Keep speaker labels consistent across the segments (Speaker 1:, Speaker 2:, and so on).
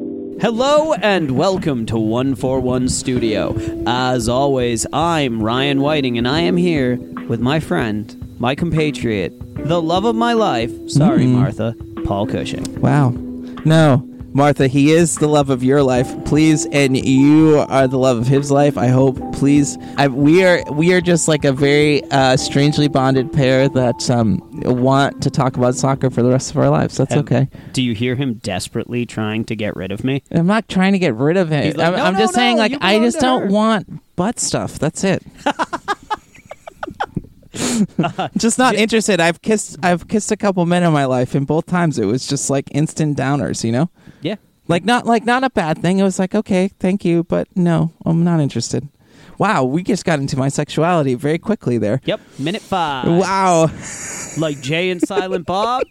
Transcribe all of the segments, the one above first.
Speaker 1: Hello and welcome to 141 Studio. As always, I'm Ryan Whiting and I am here with my friend, my compatriot, the love of my life, sorry Martha, Paul Cushing.
Speaker 2: Wow. No, Martha, he is the love of your life, please, and you are the love of his life. I hope, please. I, we are we are just like a very uh, strangely bonded pair that um, want to talk about soccer for the rest of our lives. That's okay.
Speaker 1: Do you hear him desperately trying to get rid of me?
Speaker 2: I'm not trying to get rid of him.
Speaker 1: like,
Speaker 2: I'm,
Speaker 1: "No,
Speaker 2: I'm
Speaker 1: no,
Speaker 2: just
Speaker 1: no,
Speaker 2: saying, like,
Speaker 1: you
Speaker 2: I
Speaker 1: belong
Speaker 2: just
Speaker 1: to
Speaker 2: don't
Speaker 1: her."
Speaker 2: want butt stuff. That's it. just not interested. I've kissed I've kissed a couple men in my life, and both times it was just like instant downers. You know.
Speaker 1: Yeah.
Speaker 2: like not like not a bad thing it was like okay thank you but no i'm not interested wow we just got into my sexuality very quickly there
Speaker 1: Yep, minute 5.
Speaker 2: wow
Speaker 1: Like Jay and Silent Bob.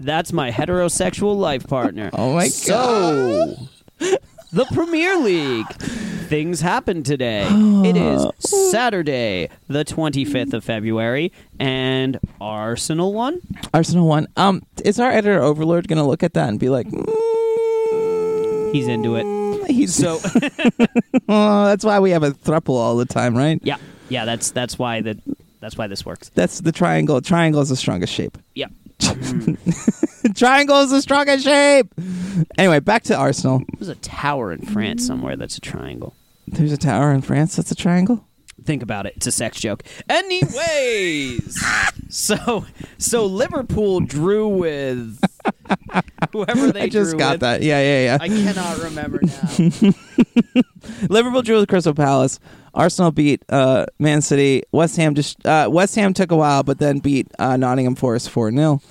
Speaker 1: That's my heterosexual life partner.
Speaker 2: oh my
Speaker 1: So, the Premier League. Things happened today. it is Saturday, the 25th of February, and Arsenal won?
Speaker 2: god arsenal one um is our editor overlord gonna look at that and be like mm,
Speaker 1: He's into it.
Speaker 2: he's
Speaker 1: So,
Speaker 2: oh, that's why we have a thruple all the time right
Speaker 1: yeah. Yeah, that's that's why the that's why this works.
Speaker 2: that's the triangle triangle is the strongest shape
Speaker 1: Yeah.
Speaker 2: triangle is the strongest shape anyway back to arsenal
Speaker 1: There's a tower in France somewhere that's a triangle.
Speaker 2: there's a tower in france that's a triangle
Speaker 1: Think about it. It's a sex joke. Anyways, so so Liverpool drew with whoever they
Speaker 2: i just
Speaker 1: drew
Speaker 2: got
Speaker 1: with.
Speaker 2: that yeah yeah yeah
Speaker 1: I cannot remember now.
Speaker 2: Liverpool drew with Crystal Palace. Arsenal beat uh, Man City. West Ham just uh, West Ham took a while, but then beat uh, Nottingham Forest four 0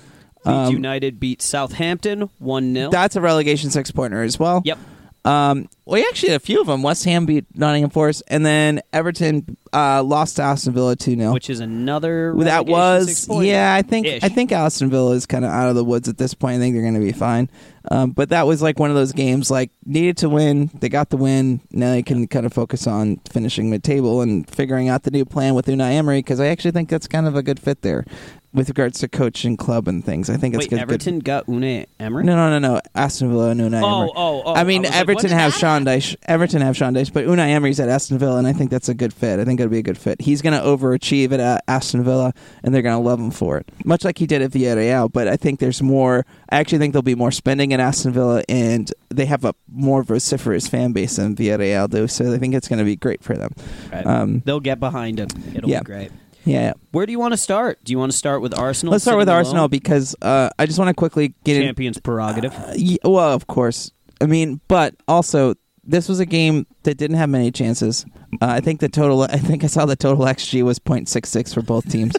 Speaker 2: Um,
Speaker 1: Leeds United beat Southampton 1 0.
Speaker 2: That's a relegation six pointer as well.
Speaker 1: Yep.
Speaker 2: Um, we actually had a few of them. West Ham beat Nottingham Forest, and then Everton uh, lost to Aston Villa two 0
Speaker 1: Which is another.
Speaker 2: that
Speaker 1: relegation
Speaker 2: was
Speaker 1: six-pointer.
Speaker 2: yeah. I think
Speaker 1: Ish.
Speaker 2: I think Aston Villa is kind of out of the woods at this point. I think they're going to be fine. Um, but that was like one of those games like needed to win. They got the win. Now they can kind of focus on finishing mid table and figuring out the new plan with Unai Emery because I actually think that's kind of a good fit there with regards to coach and club and things. I think it's
Speaker 1: Wait,
Speaker 2: good.
Speaker 1: Everton got Une Emery?
Speaker 2: Good. No, no, no, no. Aston Villa and Unai
Speaker 1: Oh,
Speaker 2: Emery.
Speaker 1: oh, oh.
Speaker 2: I mean,
Speaker 1: was like, when
Speaker 2: Everton
Speaker 1: did
Speaker 2: have
Speaker 1: that
Speaker 2: Sean Dyche. Everton have Sean Dyche, but Unai Emery's at Aston Villa, and I think that's a good fit. I think it'd be a good fit. He's going to overachieve at uh, Aston Villa, and they're going to love him for it, much like he did at Villarreal. But I think there's more. I actually think there'll be more spending at Aston Villa, and they have a more vociferous fan base than Villarreal do. So I think it's going to be great for them.
Speaker 1: Right.
Speaker 2: Um,
Speaker 1: They'll get behind him. It'll
Speaker 2: Yeah.
Speaker 1: be great.
Speaker 2: yeah.
Speaker 1: Where do you want to start? Do you want to start with Arsenal?
Speaker 2: Let's start with
Speaker 1: sitting
Speaker 2: Arsenal Uh,
Speaker 1: alone?
Speaker 2: because uh, I just want to quickly get in.
Speaker 1: Champions prerogative.
Speaker 2: Yeah, well, of course. I mean, but also this was a game that didn't have many chances. Uh, I think the total. I think I saw the total xG was 0.66 for both teams.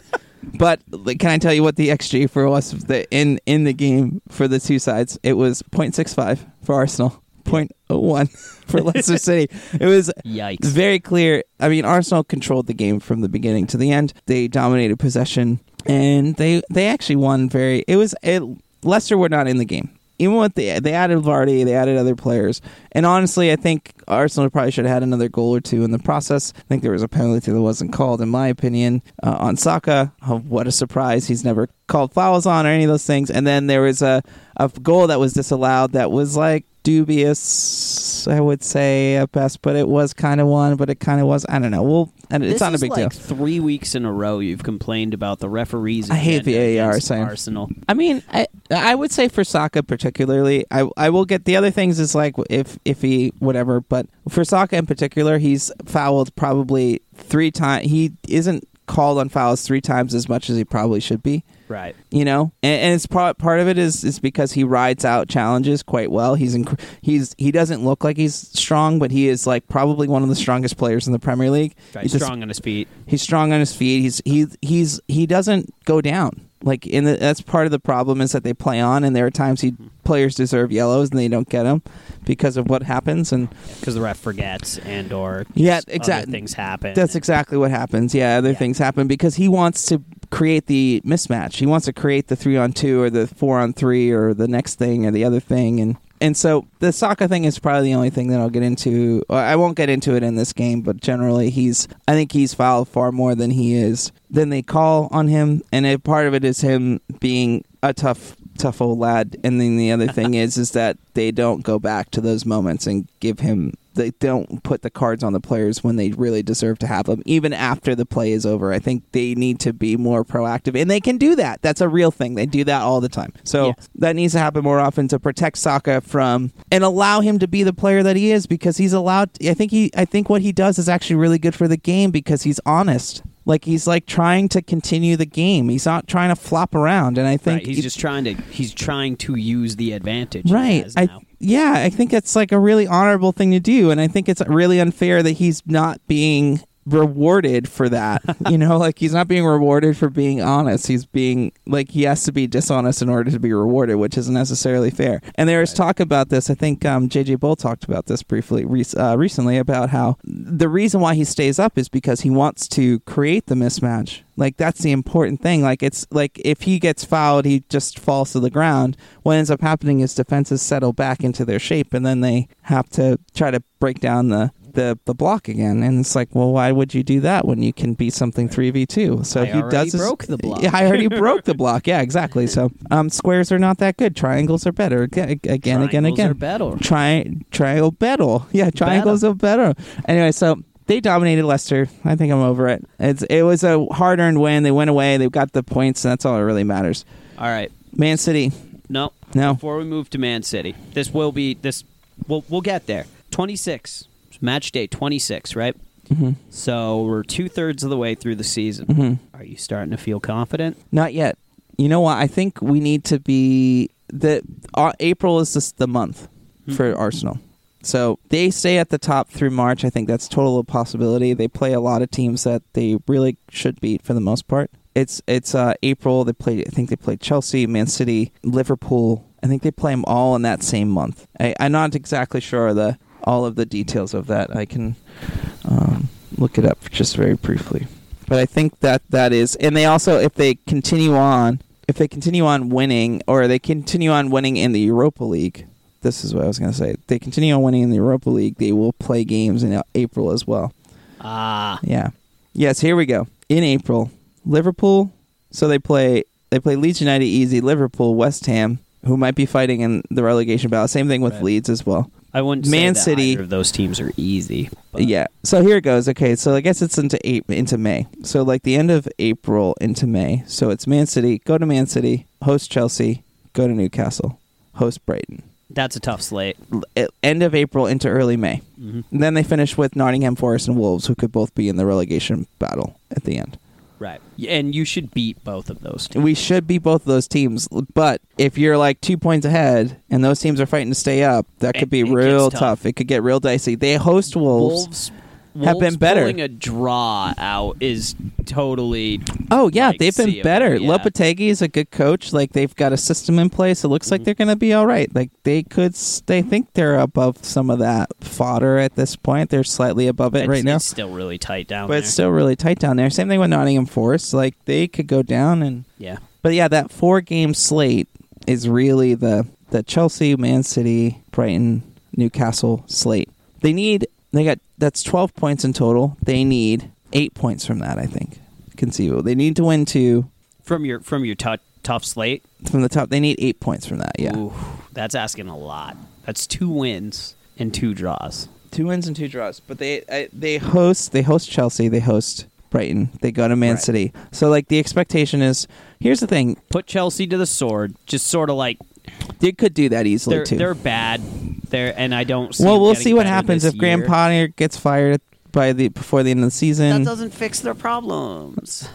Speaker 2: but like, can I tell you what the xG for us the, in in the game for the two sides? It was 0.65 for Arsenal, 0.01 for Leicester City. It was
Speaker 1: Yikes.
Speaker 2: it's very clear. I mean, Arsenal controlled the game from the beginning to the end. They dominated possession, and they they actually won. Very. It was it, Leicester were not in the game. Even with the they added Vardy, they added other players, and honestly, I think Arsenal probably should have had another goal or two in the process. I think there was a penalty that wasn't called, in my opinion, uh, on Saka. Oh, what a surprise! He's never called fouls on or any of those things. And then there was a a goal that was disallowed that was like dubious, I would say at best, but it was kind of one, but it kind of was. I don't know. Well, and it's
Speaker 1: This
Speaker 2: not a
Speaker 1: is
Speaker 2: big
Speaker 1: like
Speaker 2: deal.
Speaker 1: Three weeks in a row, you've complained about the referees.
Speaker 2: I hate
Speaker 1: agenda
Speaker 2: VAR,
Speaker 1: against
Speaker 2: same.
Speaker 1: Arsenal.
Speaker 2: I mean, I I would say for Saka particularly, I I will get the other things is like if if he whatever, but for Saka in particular, he's fouled probably three times. He isn't called on fouls three times as much as he probably should be.
Speaker 1: Right.
Speaker 2: you know and, and it's part part of it is is because he rides out challenges quite well he's inc- he's he doesn't look like he's strong but he is like probably one of the strongest players in the premier league
Speaker 1: right.
Speaker 2: he's just-
Speaker 1: Strong on his feet.
Speaker 2: he's strong on his feet he's he he's he doesn't go down like in the, that's part of the problem is that they play on and there are times he players deserve yellows and they don't get them because of what happens and
Speaker 1: Because the ref forgets and or
Speaker 2: Yeah,
Speaker 1: just other
Speaker 2: exact-
Speaker 1: things happen.
Speaker 2: That's exactly what happens. Yeah, other
Speaker 1: Yeah.
Speaker 2: things happen because he wants to create the mismatch. He wants to create the three on two or the four on three or the next thing or the other thing. And and so the Saka thing is probably the only thing that I'll get into. uh, I won't get into it in this game, but generally he's I think he's fouled far more than he is than they call on him. And a part of it is him being a tough tough old lad. And then the other thing is, is that they don't go back to those moments and give him. They don't put the cards on the players when they really deserve to have them, even after the play is over. I think they need to be more proactive, and they can do that. That's a real thing. They do that all the time. So
Speaker 1: Yes.
Speaker 2: that needs to happen more often to protect Saka from and allow him to be the player that he is because he's allowed. I think he. I think what he does is actually really good for the game because he's honest. Like he's like trying to continue the game. He's not trying to flop around. And I think
Speaker 1: Right, he's
Speaker 2: it-
Speaker 1: just trying to he's trying to use the advantage. he
Speaker 2: right
Speaker 1: has
Speaker 2: i
Speaker 1: now.
Speaker 2: yeah i think it's like a really honorable thing to do and i think it's really unfair that he's not being rewarded for that you know like he's not being rewarded for being honest he's being like he has to be dishonest in order to be rewarded which isn't necessarily fair and there was talk about this i think um jj bull talked about this briefly re- uh, recently about how the reason why he stays up is because he wants to create the mismatch like that's the important thing. Like it's like if he gets fouled, he just falls to the ground. What ends up happening is defenses settle back into their shape, and then they have to try to break down the the, the block again. And it's like, well, why would you do that when you can beat something three v two? So
Speaker 1: I
Speaker 2: he
Speaker 1: already
Speaker 2: does
Speaker 1: broke the block.
Speaker 2: Yeah, I already broke the block. Yeah, exactly. So um, squares are not that good. Triangles are better. Again, again, again,
Speaker 1: Triangles
Speaker 2: again
Speaker 1: are better.
Speaker 2: tri- triangle battle. Yeah, triangles of battle. Anyway, so they dominated Leicester. I think I'm over it. It's it was a hard earned win. They went away. They got the points, and that's all that really matters.
Speaker 1: All right.
Speaker 2: Man City.
Speaker 1: No.
Speaker 2: No.
Speaker 1: Before we move to Man City, this will be this. We'll we'll get there. Twenty six match day. Twenty six. Right.
Speaker 2: Mhm.
Speaker 1: So we're two thirds of the way through the season. Are you starting to feel confident?
Speaker 2: mm-hmm. Not yet. You know what? I think we need to be the uh, April is just the month Mm-hmm. for Arsenal. So they stay at the top through March. I think that's total possibility. They play a lot of teams that they really should beat for the most part. It's it's uh, April. They played. I think they played Chelsea, Man City, Liverpool. I think they play them all in that same month. I, I'm not exactly sure of the all of the details of that. I can um, look it up just very briefly. But I think that that is, and they also, if they continue on, if they continue on winning, or they continue on winning in the Europa League, this is what I was going to say. If they continue on winning in the Europa League, they will play games in April as well.
Speaker 1: Ah.
Speaker 2: Yeah. Yes. Here we go. In April, Liverpool. So they play they play Leeds United easy. Liverpool, West Ham, who might be fighting in the relegation battle. Same thing with
Speaker 1: Right.
Speaker 2: Leeds as well.
Speaker 1: I wouldn't. say
Speaker 2: Man
Speaker 1: that
Speaker 2: City-
Speaker 1: either of those teams are easy. but-
Speaker 2: Yeah. So here it goes. Okay. So I guess it's into eight, into May. So like the end of April into May. So it's Man City. Go to Man City. Host Chelsea. Go to Newcastle. Host Brighton.
Speaker 1: That's a tough slate.
Speaker 2: L- e- End of April into early May.
Speaker 1: Mhm.
Speaker 2: And then they finish with Nottingham Forest and Wolves, who could both be in the relegation battle at the end.
Speaker 1: Right. And you should beat both of those. Teams.
Speaker 2: We should beat both of those teams, but if you're like two points ahead and those teams are fighting to stay up, that could
Speaker 1: It-
Speaker 2: be
Speaker 1: it gets
Speaker 2: real
Speaker 1: tough.
Speaker 2: tough. It could get real dicey. They host Wolves.
Speaker 1: Wolves
Speaker 2: have
Speaker 1: Wolves
Speaker 2: been better.
Speaker 1: Pulling a draw out is totally.
Speaker 2: Oh yeah,
Speaker 1: like,
Speaker 2: they've been
Speaker 1: seeable,
Speaker 2: better.
Speaker 1: yeah.
Speaker 2: Lopetegui is a good coach. Like they've got a system in place. It looks
Speaker 1: Mm-hmm.
Speaker 2: like they're going to be all right. Like they could, s- they think they're above some of that fodder at this point. They're slightly above it
Speaker 1: it's,
Speaker 2: right now,
Speaker 1: it's still really tight down
Speaker 2: but
Speaker 1: there.
Speaker 2: it's still really tight down there. Same thing with Nottingham Forest. Like they could go down and,
Speaker 1: yeah.
Speaker 2: but yeah, that four game slate is really the the Chelsea, Man City, Brighton, Newcastle slate. They need they got that's twelve points in total. They need eight points from that. I think conceivable. They need to win two.
Speaker 1: From your from your tou- tough slate.
Speaker 2: from the top. They need eight points from that. Yeah,
Speaker 1: Ooh, that's asking a lot. That's two wins and two draws.
Speaker 2: two wins and two draws. But they I, they host they host Chelsea. They host Brighton. They go to Man
Speaker 1: Right.
Speaker 2: City. So like the expectation is here's the thing.
Speaker 1: Put Chelsea to the sword. Just sort of like
Speaker 2: They could do that easily
Speaker 1: they're
Speaker 2: too.
Speaker 1: they're bad. They're and I don't. See
Speaker 2: well,
Speaker 1: them
Speaker 2: we'll
Speaker 1: getting
Speaker 2: see what
Speaker 1: better
Speaker 2: happens
Speaker 1: this
Speaker 2: if Graham
Speaker 1: year.
Speaker 2: Potter gets fired by the before the end of the
Speaker 1: That
Speaker 2: season.
Speaker 1: doesn't fix their problems.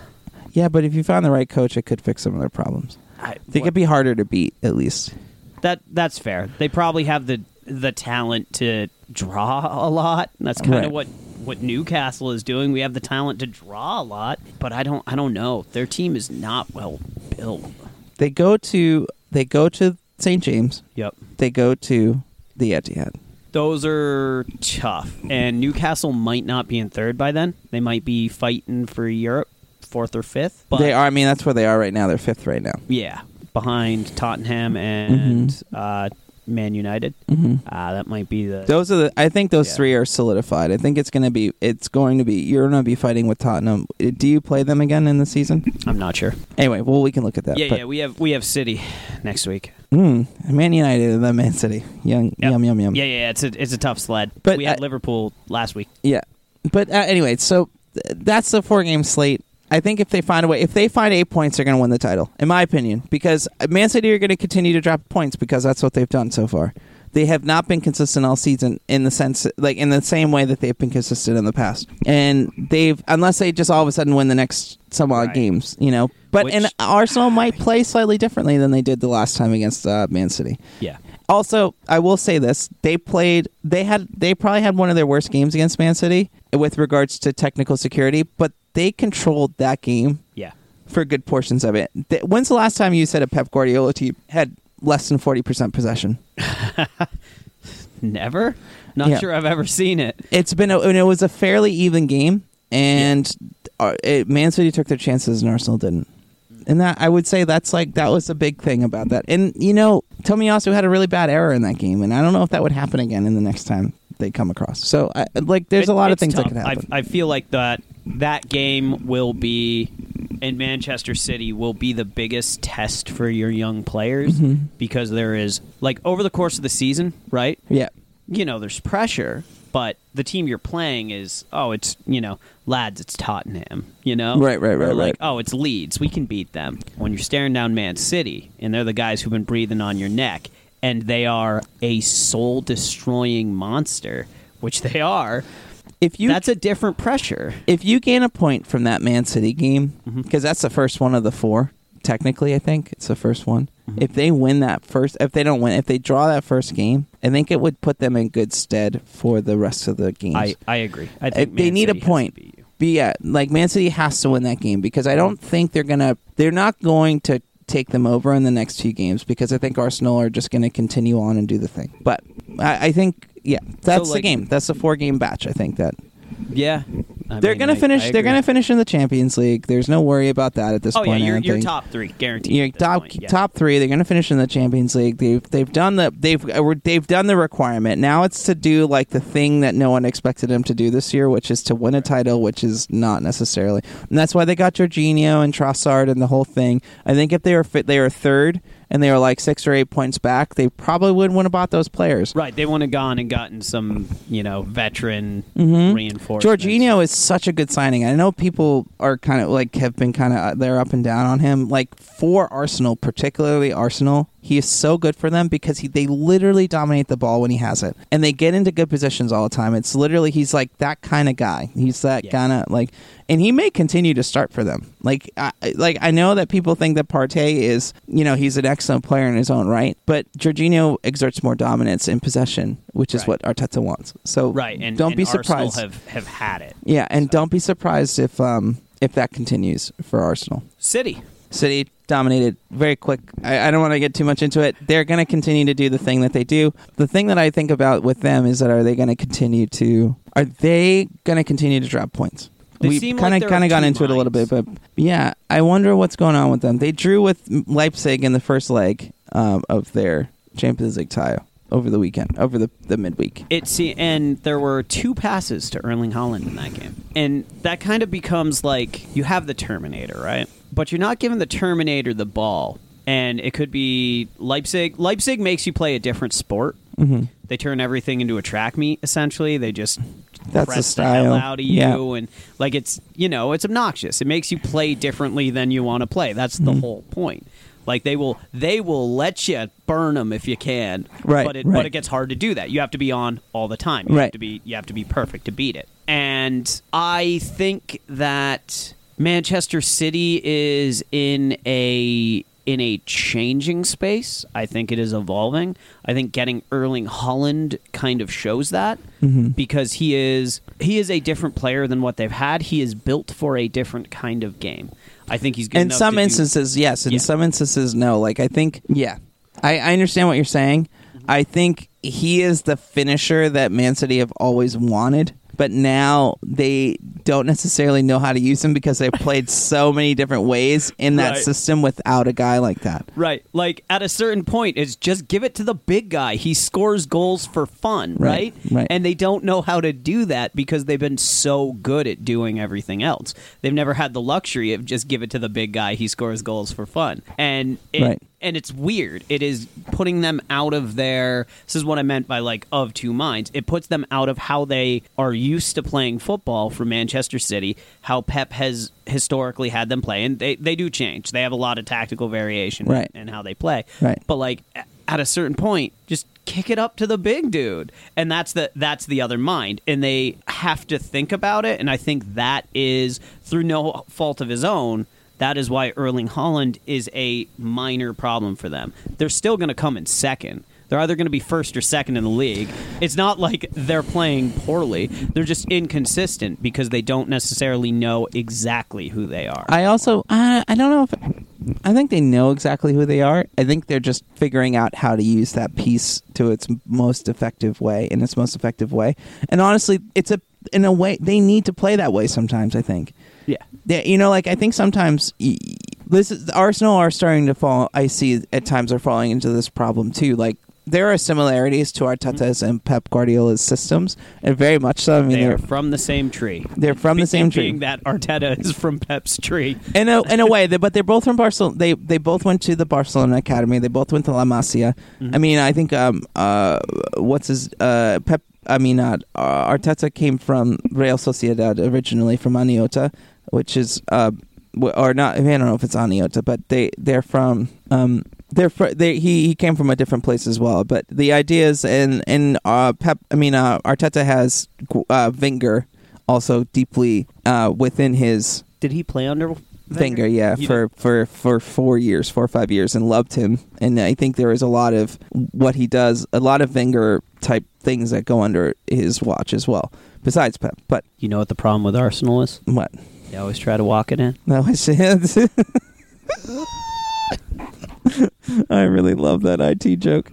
Speaker 2: Yeah, but if you found the right coach, it could fix some of their problems.
Speaker 1: I,
Speaker 2: They could be harder to beat at least.
Speaker 1: That that's fair. They probably have the the talent to draw a lot. That's kind
Speaker 2: Right.
Speaker 1: of what what Newcastle is doing. We have the talent to draw a lot, but I don't I don't know. Their team is not well built.
Speaker 2: They go to they go to St James.
Speaker 1: Yep.
Speaker 2: They go to the Etihad.
Speaker 1: Those are tough. And Newcastle might not be in third by then. They might be fighting for Europe, fourth or fifth. But
Speaker 2: they are. I mean, that's where they are right now. They're fifth right now.
Speaker 1: yeah, behind Tottenham and uh Man United.
Speaker 2: hmm
Speaker 1: Ah, that might be the
Speaker 2: Those are the. I think those
Speaker 1: Yeah.
Speaker 2: three are solidified. I think it's going to be. It's going to be. You're going to be fighting with Tottenham. Do you play them again in the season?
Speaker 1: I'm not sure.
Speaker 2: Anyway, well, we can look at that.
Speaker 1: Yeah,
Speaker 2: but,
Speaker 1: yeah, we have we have City next week.
Speaker 2: Mm, Man United and then Man City. Young,
Speaker 1: Yep.
Speaker 2: Yum, yum, yum.
Speaker 1: Yeah, yeah, it's a it's a tough sled.
Speaker 2: Um, But
Speaker 1: we had
Speaker 2: I-
Speaker 1: Liverpool last week.
Speaker 2: Yeah. But uh, anyway, so th- that's the four game slate. I think if they find a way, if they find eight points, they're going to win the title, in my opinion, because uh, Man City are going to continue to drop points because that's what they've done so far. They have not been consistent all season in the sense, like in the same way that they've been consistent in the past. And they've, unless they just all of a sudden win the next some odd
Speaker 1: Right.
Speaker 2: games, you know. But and
Speaker 1: Which-
Speaker 2: Arsenal might play slightly differently than they did the last time against uh, Man City.
Speaker 1: Yeah.
Speaker 2: Also, I will say this: they played. They had. They probably had one of their worst games against Man City with regards to technical security, but they controlled that game
Speaker 1: Yeah.
Speaker 2: for good portions of it. Th- When's the last time you said a Pep Guardiola team had less than forty percent possession?
Speaker 1: Never? Not
Speaker 2: Yeah.
Speaker 1: sure I've ever seen it.
Speaker 2: It's been. A, and it was a fairly even game, and uh, it, Man City took their chances, and Arsenal didn't. And that I would say that's like that was a big thing about that. And you know, Tomiyasu had a really bad error in that game, and I don't know if that would happen again in the next time they come across. So I, like, there's
Speaker 1: It-
Speaker 2: a lot of
Speaker 1: it's
Speaker 2: things that
Speaker 1: tough.
Speaker 2: could happen.
Speaker 1: I, I feel like that that game will be in Manchester City will be the biggest test for your young players
Speaker 2: Mm-hmm.
Speaker 1: because there is like over the course of the season, right?
Speaker 2: yeah,
Speaker 1: You know, there's pressure, but the team you're playing is oh, it's you know, lads, it's Tottenham, you know,
Speaker 2: Right, right,
Speaker 1: Or
Speaker 2: right,
Speaker 1: like
Speaker 2: right.
Speaker 1: oh, it's Leeds, we can beat them. When you're staring down Man City and they're the guys who've been breathing on your neck and they are a soul destroying monster, which they are
Speaker 2: if you
Speaker 1: that's a different pressure.
Speaker 2: if you gain a point from that Man City game,
Speaker 1: Mm-hmm.
Speaker 2: because that's the first one of the four, technically, I think it's the first one.
Speaker 1: Mm-hmm.
Speaker 2: If they win that first, if they don't win, if they draw that first game, I think it would put them in good stead for the rest of the games.
Speaker 1: I, I agree. I
Speaker 2: Uh,
Speaker 1: think
Speaker 2: they
Speaker 1: Man
Speaker 2: need
Speaker 1: City
Speaker 2: a
Speaker 1: has to
Speaker 2: point.
Speaker 1: beat you.
Speaker 2: But yeah, like Man City has to win that game because I don't think they're gonna. They're not going to take them over in the next two games because I think Arsenal are just going to continue on and do the thing. But I, I think yeah, that's the
Speaker 1: like-
Speaker 2: game. That's the four game batch. I think that
Speaker 1: Yeah, I
Speaker 2: they're
Speaker 1: mean,
Speaker 2: gonna
Speaker 1: I-
Speaker 2: finish.
Speaker 1: I
Speaker 2: they're
Speaker 1: agree.
Speaker 2: gonna finish in the Champions League. There's no worry about that at this
Speaker 1: Oh yeah,
Speaker 2: point. I
Speaker 1: you're,
Speaker 2: don't
Speaker 1: you're
Speaker 2: think.
Speaker 1: top three, guaranteed.
Speaker 2: You're
Speaker 1: at this
Speaker 2: top
Speaker 1: point, yeah.
Speaker 2: top three. They're going to finish in the Champions League. They've they've done the they've uh, we're- they've done the requirement. Now it's to do like the thing that no one expected them to do this year, which is to win a title, which is not necessarily. And that's why they got Jorginho and Trossard and the whole thing. I think if they were fit, they were third and they were like six or eight points back, they probably would not win about those players.
Speaker 1: Right, they want to gone and gotten some you know veteran
Speaker 2: Mm-hmm.
Speaker 1: reinforcement.
Speaker 2: Jorginho is such a good signing. I know people are kind of like have been kind of they're up and down on him. Like for Arsenal, particularly Arsenal, he is so good for them because he they literally dominate the ball when he has it, and they get into good positions all the time. It's literally he's like that kind of guy. He's that
Speaker 1: Yeah.
Speaker 2: kind of like, and he may continue to start for them. Like I, like I know that people think that Partey is you know he's an excellent player in his own right, but Jorginho exerts more dominance in possession, which is
Speaker 1: Right.
Speaker 2: what Arteta wants. So
Speaker 1: Right, and
Speaker 2: don't
Speaker 1: and
Speaker 2: be
Speaker 1: Arsenal
Speaker 2: surprised.
Speaker 1: Have have had it.
Speaker 2: Yeah, and don't be surprised if um if that continues for Arsenal.
Speaker 1: City.
Speaker 2: City dominated very quick. I, I don't want to get too much into it. They're going to continue to do the thing that they do. The thing that I think about with them is that are they going to continue to are they going to continue to drop points?
Speaker 1: They
Speaker 2: we
Speaker 1: seem
Speaker 2: kind
Speaker 1: like
Speaker 2: of
Speaker 1: they're
Speaker 2: kind
Speaker 1: of
Speaker 2: of got
Speaker 1: two
Speaker 2: into it a little bit,
Speaker 1: minds.
Speaker 2: but yeah, I wonder what's going on with them. They drew with Leipzig in the first leg um, of their Champions League tie over the weekend, over the, the midweek.
Speaker 1: It see, and there were two passes to Erling Holland in that game, and that kind of becomes like you have the Terminator, right? But you're not giving the Terminator the ball, and it could be Leipzig. Leipzig makes you play a different sport.
Speaker 2: Mhm.
Speaker 1: They turn everything into a track meet. Essentially, they just
Speaker 2: That's
Speaker 1: press
Speaker 2: the
Speaker 1: the
Speaker 2: style.
Speaker 1: hell out of you,
Speaker 2: Yeah.
Speaker 1: and like it's you know it's obnoxious. It makes you play differently than you want to play. That's
Speaker 2: Mm-hmm.
Speaker 1: the whole point. Like they will they will let you burn them if you can,
Speaker 2: Right,
Speaker 1: But it,
Speaker 2: right.
Speaker 1: but it gets hard to do that. You have to be on all the time. You
Speaker 2: Right.
Speaker 1: have to be you have to be perfect to beat it. And I think that Manchester City is in a in a changing space. I think it is evolving. I think getting Erling Holland kind of shows that
Speaker 2: Mm-hmm.
Speaker 1: because he is he is a different player than what they've had. He is built for a different kind of game. I think he's good
Speaker 2: in
Speaker 1: enough
Speaker 2: some
Speaker 1: to do-
Speaker 2: instances yes in
Speaker 1: Yeah.
Speaker 2: some instances no like i think yeah i, I understand
Speaker 1: Mm-hmm.
Speaker 2: what you're saying i think he is the finisher that man city have always wanted but now they don't necessarily know how to use him because they've played so many different ways in that
Speaker 1: Right.
Speaker 2: system without a guy like that.
Speaker 1: Right. Like at a certain point, it's just give it to the big guy. He scores goals for fun, right?
Speaker 2: Right, right.
Speaker 1: And they don't know how to do that because they've been so good at doing everything else. They've never had the luxury of just give it to the big guy. He scores goals for fun, and it,
Speaker 2: Right.
Speaker 1: and it's weird. It is putting them out of their. This is what I meant by like of two minds. It puts them out of how they are used to playing football for Manchester City, how Pep has historically had them play, and they they do change. They have a lot of tactical variation
Speaker 2: Right.
Speaker 1: and how they play.
Speaker 2: Right.
Speaker 1: But like a- at a certain point, just kick it up to the big dude, and that's the that's the other mind, and they have to think about it. And I think that is through no fault of his own. That is why Erling Holland is a minor problem for them. They're still going to come in second. They're either going to be first or second in the league. It's not like they're playing poorly. They're just inconsistent because they don't necessarily know exactly who they are.
Speaker 2: I also I, I don't know if I think they know exactly who they are. I think they're just figuring out how to use that piece to its most effective way in its most effective way. And honestly, it's a in a way they need to play that way sometimes. I think.
Speaker 1: yeah.
Speaker 2: Yeah, you know, like I think sometimes y- y- this is, Arsenal are starting to fall. I see at times are falling into this problem too. Like there are similarities to Arteta's and Pep Guardiola's systems, and very much so. I mean,
Speaker 1: they are
Speaker 2: they're
Speaker 1: from the same tree.
Speaker 2: they're from the same tree.
Speaker 1: Being that Arteta is from Pep's tree.
Speaker 2: in a in a way, they, but they're both from Barcelona. They they both went to the Barcelona academy. They both went to La Masia. I mean, I think um uh what's his uh Pep. I mean, not uh, Arteta came from Real Sociedad originally from Aniota, which is uh w- or not. I don't know if it's Aniota, but they they're from um. They're fr- they, he he came from a different place as well, but the ideas and and uh, Pep I mean uh, Arteta has uh, Wenger also deeply uh, within his
Speaker 1: Did he play under
Speaker 2: Wenger, yeah,
Speaker 1: Yeah.
Speaker 2: for for for four years, four or five years, and loved him. And I think there is a lot of what he does, a lot of Wenger type things that go under his watch as well. Besides Pep, but
Speaker 1: You know what the problem with Arsenal is?
Speaker 2: what?
Speaker 1: They always try to walk it in.
Speaker 2: That was it. I really love that IT joke.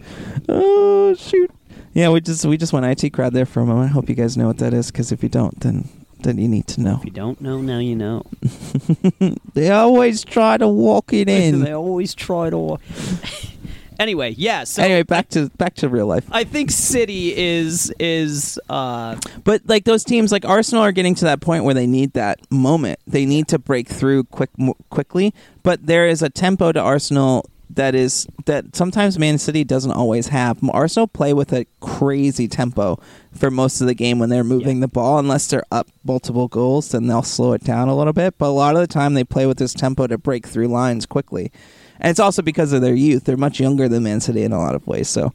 Speaker 2: Oh shoot! Yeah, we just we just went IT crowd there for a moment. I hope you guys know what that is, because if you don't, then then you need to know.
Speaker 1: If you don't know, now you know.
Speaker 2: They always try to walk it
Speaker 1: they
Speaker 2: in.
Speaker 1: always try to. wa- anyway, yeah. So
Speaker 2: Anyway, back to back to real life.
Speaker 1: I think City is is uh,
Speaker 2: But like those teams, like Arsenal, are getting to that point where they need that moment. They need to break through quick, mo- quickly. But there is a tempo to Arsenal that is that sometimes Man City doesn't always have. Arsenal play with a crazy tempo for most of the game when they're moving the ball. Unless they're up multiple goals, then they'll slow it down a little bit. But a lot of the time, they play with this tempo to break through lines quickly. And it's also because of their youth. They're much younger than Man City in a lot of ways. So,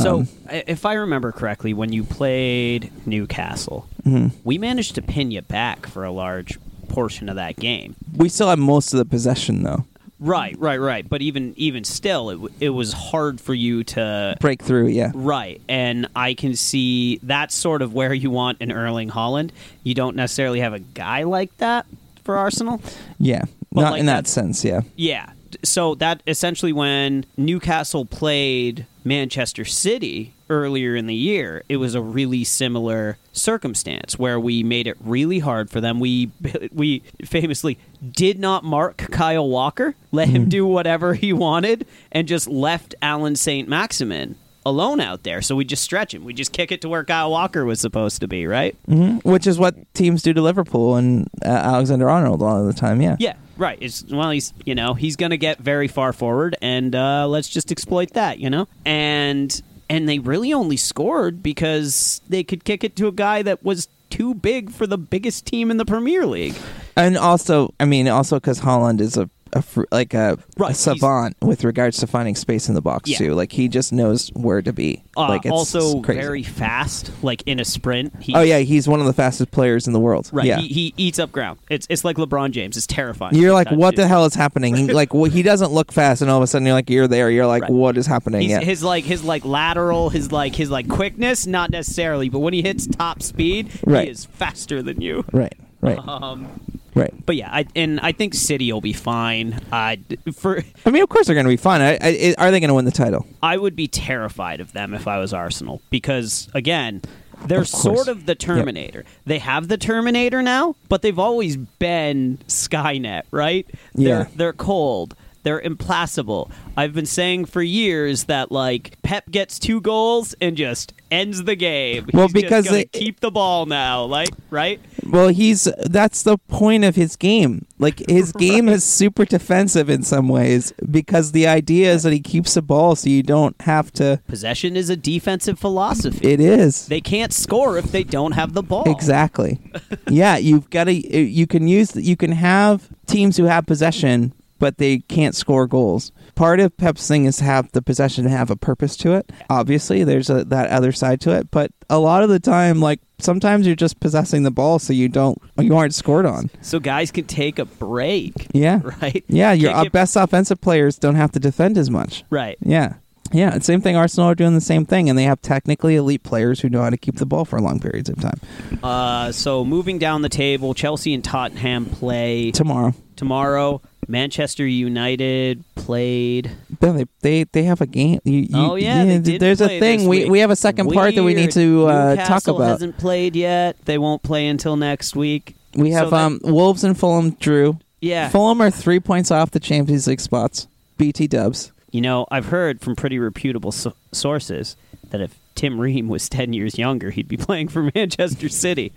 Speaker 1: So,
Speaker 2: um,
Speaker 1: i if I remember correctly, when you played Newcastle,
Speaker 2: Mm-hmm.
Speaker 1: we managed to pin you back for a large portion of that game.
Speaker 2: we still have most of the possession though.
Speaker 1: Right, right, right. But even even still, it, w- it was hard for you to
Speaker 2: Break through, yeah.
Speaker 1: right. And I can see that's sort of where you want an Erling Holland. You don't necessarily have a guy like that for Arsenal.
Speaker 2: Yeah,
Speaker 1: But,
Speaker 2: not
Speaker 1: like,
Speaker 2: in that
Speaker 1: that's-
Speaker 2: sense. Yeah,
Speaker 1: Yeah. D- So that essentially when Newcastle played Manchester City earlier in the year, it was a really similar circumstance where we made it really hard for them. We we famously did not mark Kyle Walker, let him do whatever he wanted and just left Alan St. Maximin alone out there. So we just stretch him. We just kick it to where Kyle Walker was supposed to be, right?
Speaker 2: which is what teams do to Liverpool and uh, Alexander Arnold a lot of the time. Yeah,
Speaker 1: Yeah, right. It's well, he's you know he's going to get very far forward, and uh, let's just exploit that, you know. And and they really only scored because they could kick it to a guy that was too big for the biggest team in the Premier League.
Speaker 2: and also, I mean, also because Holland is a, a fr- like a,
Speaker 1: Right,
Speaker 2: a
Speaker 1: he's-
Speaker 2: savant with regards to finding space in the box
Speaker 1: Yeah.
Speaker 2: too. Like he just knows where to be.
Speaker 1: Uh,
Speaker 2: like it's
Speaker 1: also
Speaker 2: it's crazy.
Speaker 1: very fast, like in a sprint. He,
Speaker 2: Oh yeah, he's one of the fastest players in the world.
Speaker 1: right.
Speaker 2: Yeah.
Speaker 1: He, he eats up ground. It's it's like LeBron James. It's terrifying.
Speaker 2: you're like,
Speaker 1: That
Speaker 2: what
Speaker 1: dude.
Speaker 2: the hell is happening? like, well, he doesn't look fast, and all of a sudden, you're like, you're there. You're like,
Speaker 1: Right.
Speaker 2: what is happening?
Speaker 1: He's,
Speaker 2: yeah,
Speaker 1: His like his like lateral, his like his like quickness, not necessarily, but when he hits top speed,
Speaker 2: Right.
Speaker 1: he is faster than you.
Speaker 2: right, right,
Speaker 1: Um,
Speaker 2: right.
Speaker 1: But yeah, I, and I think City will be fine. I for
Speaker 2: I mean, of course they're going to be fun. I, I, are they going to win the title?
Speaker 1: I would be terrified of them if I was Arsenal because again, They're
Speaker 2: Of course.
Speaker 1: sort of the Terminator. They have the Terminator now, but they've always been Skynet, right?
Speaker 2: Yeah.
Speaker 1: They're they're cold. They're implacable. I've been saying for years that like Pep gets two goals and just ends the game.
Speaker 2: Well,
Speaker 1: He's just
Speaker 2: because
Speaker 1: gonna
Speaker 2: they-
Speaker 1: keep the ball now, like right?
Speaker 2: Well, he's that's the point of his game. Like his game is super defensive in some ways because the idea is that he keeps the ball so you don't have to
Speaker 1: Possession is a defensive philosophy.
Speaker 2: it is.
Speaker 1: they can't score if they don't have the ball.
Speaker 2: Exactly. yeah, you've got to you can use you can have teams who have possession but they can't score goals. Part of Pep's thing is to have the possession to have a purpose to it. Obviously, there's a, that other side to it, but a lot of the time like sometimes you're just possessing the ball so you don't you aren't scored on.
Speaker 1: So guys can take a break,
Speaker 2: Yeah.
Speaker 1: right?
Speaker 2: Yeah, your
Speaker 1: Can't get-
Speaker 2: best offensive players don't have to defend as much.
Speaker 1: right.
Speaker 2: Yeah. Yeah, and same thing. Arsenal are doing the same thing, and they have technically elite players who know how to keep the ball for long periods of time.
Speaker 1: Uh, so moving down the table, Chelsea and Tottenham play
Speaker 2: Tomorrow,
Speaker 1: tomorrow. Manchester United played.
Speaker 2: yeah, they they, they have a game. You, you-
Speaker 1: oh yeah, they
Speaker 2: th-
Speaker 1: did
Speaker 2: there's
Speaker 1: play
Speaker 2: a thing.
Speaker 1: this
Speaker 2: We
Speaker 1: week.
Speaker 2: we have a second part that we
Speaker 1: Weird.
Speaker 2: need to uh, talk
Speaker 1: Newcastle
Speaker 2: about.
Speaker 1: Hasn't played yet. They won't play until next week.
Speaker 2: We
Speaker 1: so
Speaker 2: have
Speaker 1: that-
Speaker 2: um Wolves and Fulham drew.
Speaker 1: Yeah,
Speaker 2: Fulham are three points off the Champions League spots. BT Dubs.
Speaker 1: you know, I've heard from pretty reputable so- sources that if Tim Ream was ten years younger, he'd be playing for Manchester City.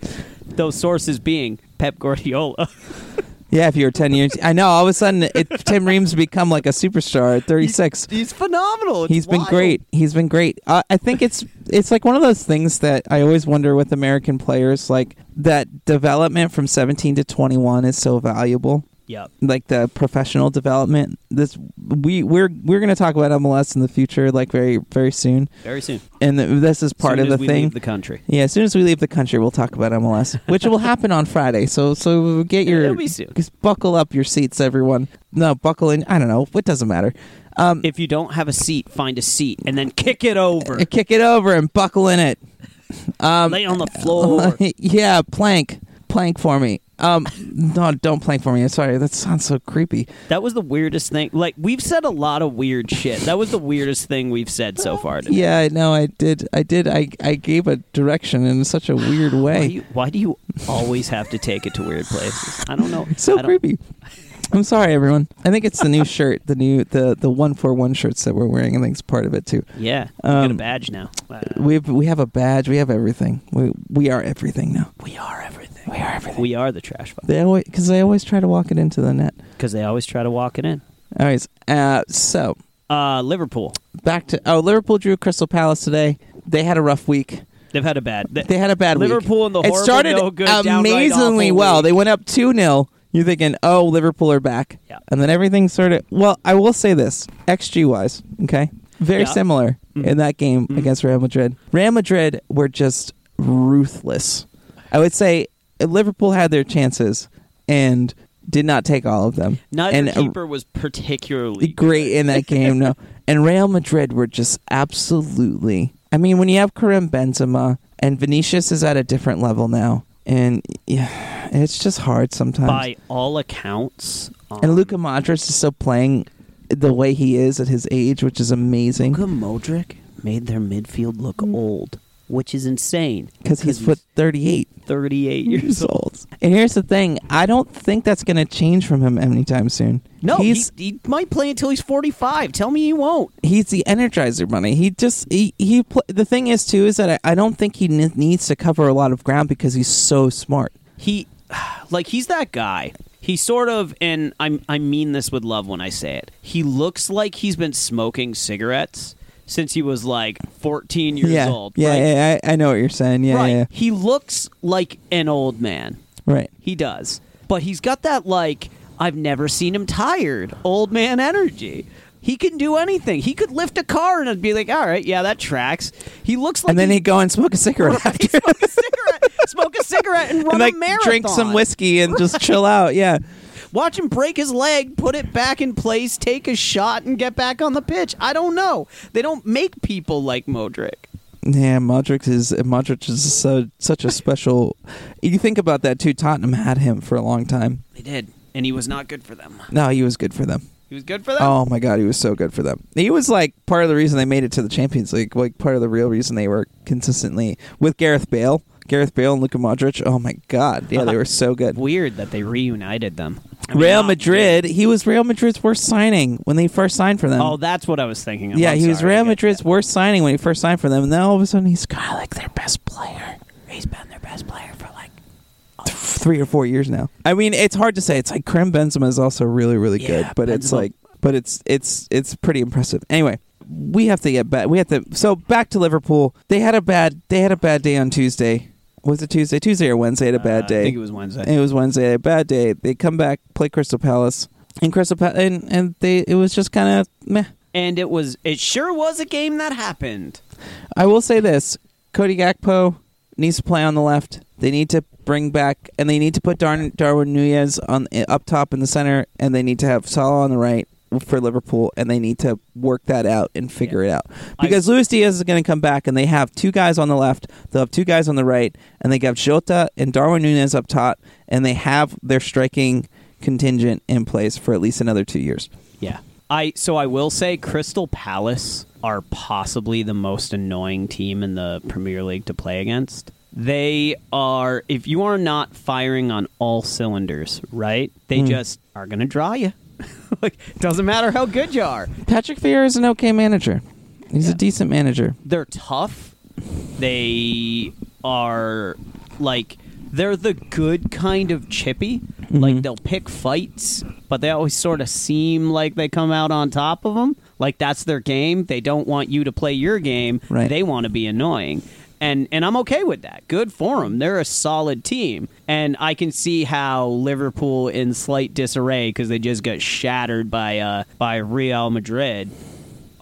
Speaker 1: Those sources being Pep Guardiola.
Speaker 2: Yeah, if you were ten years, I know. All of a sudden, it, Tim Reams become like a superstar at 36.
Speaker 1: He's phenomenal.
Speaker 2: He's been great. He's been great. Uh, I think it's it's like one of those things that I always wonder with American players, like that development from 17 to 21 is so valuable.
Speaker 1: Yep.
Speaker 2: Like the professional development. This we we're we're going to talk about MLS in the future, like very very soon.
Speaker 1: Very soon.
Speaker 2: And th- this is part
Speaker 1: Soon
Speaker 2: of
Speaker 1: as
Speaker 2: the
Speaker 1: we
Speaker 2: thing.
Speaker 1: Leave the country.
Speaker 2: yeah, as soon as we leave the country, we'll talk about MLS, which will happen on Friday. So, so get your
Speaker 1: It'll be soon.
Speaker 2: just buckle up your seats, everyone. No, buckle in. I don't know. It doesn't matter. Um,
Speaker 1: If you don't have a seat, find a seat and then kick it over.
Speaker 2: and kick it over and buckle in it. Um,
Speaker 1: Lay on the floor.
Speaker 2: yeah, plank, plank for me. Um, no, don't plank for me. I'm sorry. That sounds so creepy.
Speaker 1: That was the weirdest thing. Like we've said a lot of weird shit. That was the weirdest thing we've said so far. Today.
Speaker 2: Yeah, I know. I did. I did. I I gave a direction in such a weird
Speaker 1: Why,
Speaker 2: way.
Speaker 1: do you, why do you always have to take it to weird places? I don't know.
Speaker 2: It's so
Speaker 1: I don't-
Speaker 2: creepy. I'm sorry, everyone. I think it's the new shirt, the new the the one for one shirts that we're wearing. I think it's part of it too.
Speaker 1: Yeah. You got a
Speaker 2: Um,
Speaker 1: badge now. Uh, Wow.
Speaker 2: We have, we have a badge. We have everything. We we are everything now.
Speaker 1: We are everything.
Speaker 2: We are everything.
Speaker 1: We are the trash fire
Speaker 2: They always because they always try to walk it into the net.
Speaker 1: because they always try to walk it in.
Speaker 2: All right. Uh, so
Speaker 1: Uh, Liverpool.
Speaker 2: back to oh Liverpool drew Crystal Palace today. They had a rough week.
Speaker 1: They've had a bad. They,
Speaker 2: They had a bad week.
Speaker 1: Liverpool and the
Speaker 2: it
Speaker 1: horrible,
Speaker 2: started
Speaker 1: no good, downright
Speaker 2: amazingly
Speaker 1: awful
Speaker 2: well.
Speaker 1: week.
Speaker 2: They went up two 0 You're thinking, oh, Liverpool are back,
Speaker 1: Yeah.
Speaker 2: and then everything sort of. Well, I will say this, xG wise, okay, very
Speaker 1: Yeah.
Speaker 2: similar
Speaker 1: Mm.
Speaker 2: in that game against Real Madrid. Real Madrid were just ruthless. I would say Liverpool had their chances and did not take all of them.
Speaker 1: Neither
Speaker 2: and uh,
Speaker 1: keeper was particularly
Speaker 2: great in that game. No, and Real Madrid were just absolutely. I mean, when you have Karim Benzema and Vinicius is at a different level now, and yeah, it's just hard sometimes.
Speaker 1: by all accounts. Um,
Speaker 2: And Luka Modric is still playing the way he is at his age, which is amazing
Speaker 1: Luka Modric made their midfield look old, which is insane
Speaker 2: because he's foot thirty-eight
Speaker 1: 38 years
Speaker 2: years
Speaker 1: old.
Speaker 2: old. And here's the thing: I don't think that's going to change from him anytime soon.
Speaker 1: No,
Speaker 2: he's
Speaker 1: he, he might play until he's 45. Tell me he won't.
Speaker 2: he's the energizer bunny. He just he, he pl- the thing is too is that I, I don't think he ne- needs to cover a lot of ground because he's so smart.
Speaker 1: He like he's that guy. He sort of and I'm I mean this with love when I say it. He looks like he's been smoking cigarettes since he was like 14 years
Speaker 2: yeah,
Speaker 1: old.
Speaker 2: yeah,
Speaker 1: right?
Speaker 2: yeah, I, I know what you're saying. Yeah,
Speaker 1: right.
Speaker 2: yeah,
Speaker 1: He looks like an old man.
Speaker 2: yeah. right.
Speaker 1: He does. But he's got that like I've never seen him tired, old man energy. He can do anything. He could lift a car and I'd be like, "All right, yeah, that tracks." He looks like
Speaker 2: And then
Speaker 1: he,
Speaker 2: he'd go and smoke a cigarette after,
Speaker 1: smoke a cigarette, smoke a cigarette, and run
Speaker 2: and like
Speaker 1: a marathon.
Speaker 2: drink some whiskey and just chill out. Yeah,
Speaker 1: Watch him break his leg, put it back in place, take a shot, and get back on the pitch. I don't know. They don't make people like Modric.
Speaker 2: yeah. Modric is Modric is so such a special. you think about that too. Tottenham had him for a long time.
Speaker 1: They did, and he was not good for them.
Speaker 2: No, he was good for them.
Speaker 1: He was good for that.
Speaker 2: Oh my god, he was so good for them. He was like part of the reason they made it to the Champions League. Like part of the real reason they were consistently with Gareth Bale, Gareth Bale and Luka Modric. Oh my god, yeah, they were so good.
Speaker 1: Weird that they reunited them. I mean,
Speaker 2: Real
Speaker 1: not-
Speaker 2: Madrid. He was Real Madrid's worst signing when they first signed for them.
Speaker 1: Oh, that's what I was thinking. Of.
Speaker 2: yeah,
Speaker 1: I'm
Speaker 2: he was
Speaker 1: sorry. I
Speaker 2: Real
Speaker 1: get
Speaker 2: Madrid's
Speaker 1: that.
Speaker 2: worst signing when he first signed for them, and then all of a sudden he's kind of like their best player.
Speaker 1: He's been their best player for like.
Speaker 2: three or four years now. I mean, it's hard to say. It's like Karim Benzema is also really, really
Speaker 1: Yeah,
Speaker 2: good, but it's
Speaker 1: Benzema-
Speaker 2: like, but it's it's it's pretty impressive. Anyway, we have to get back. We have to. So back to Liverpool. They had a bad. They had a bad day on Tuesday. Was it Tuesday? Tuesday or Wednesday? Had a bad
Speaker 1: Uh,
Speaker 2: day.
Speaker 1: I think it was Wednesday.
Speaker 2: It was Wednesday. A bad day. They come back, play Crystal Palace, and Crystal Palace, and, and they. It was just kind of meh.
Speaker 1: and it was it sure was a game that happened.
Speaker 2: I will say this: Cody Gakpo needs to play on the left. They need to bring back, and they need to put Darn, Darwin Nunez on eh, up top in the center, and they need to have Salah on the right for Liverpool, and they need to work that out and figure it out
Speaker 1: I-
Speaker 2: because Luis Diaz is going to come back, and they have two guys on the left, they'll have two guys on the right, and they got Jota and Darwin Nunez up top, and they have their striking contingent in place for at least another two years.
Speaker 1: Yeah. I so I will say Crystal Palace are possibly the most annoying team in the Premier League to play against. They are if you are not firing on all cylinders, right? They just are going to draw you. like doesn't matter how good you are.
Speaker 2: Patrick Vieira is an okay manager. He's a
Speaker 1: Yeah.
Speaker 2: decent manager.
Speaker 1: They're tough. They are like they're the good kind of chippy. Like they'll pick fights, but they always sort of seem like they come out on top of them. Like that's their game. They don't want you to play your game.
Speaker 2: Right.
Speaker 1: They want to be annoying. And and I'm okay with that. Good for them. They're a solid team. And I can see how Liverpool in slight disarray because they just got shattered by uh by Real Madrid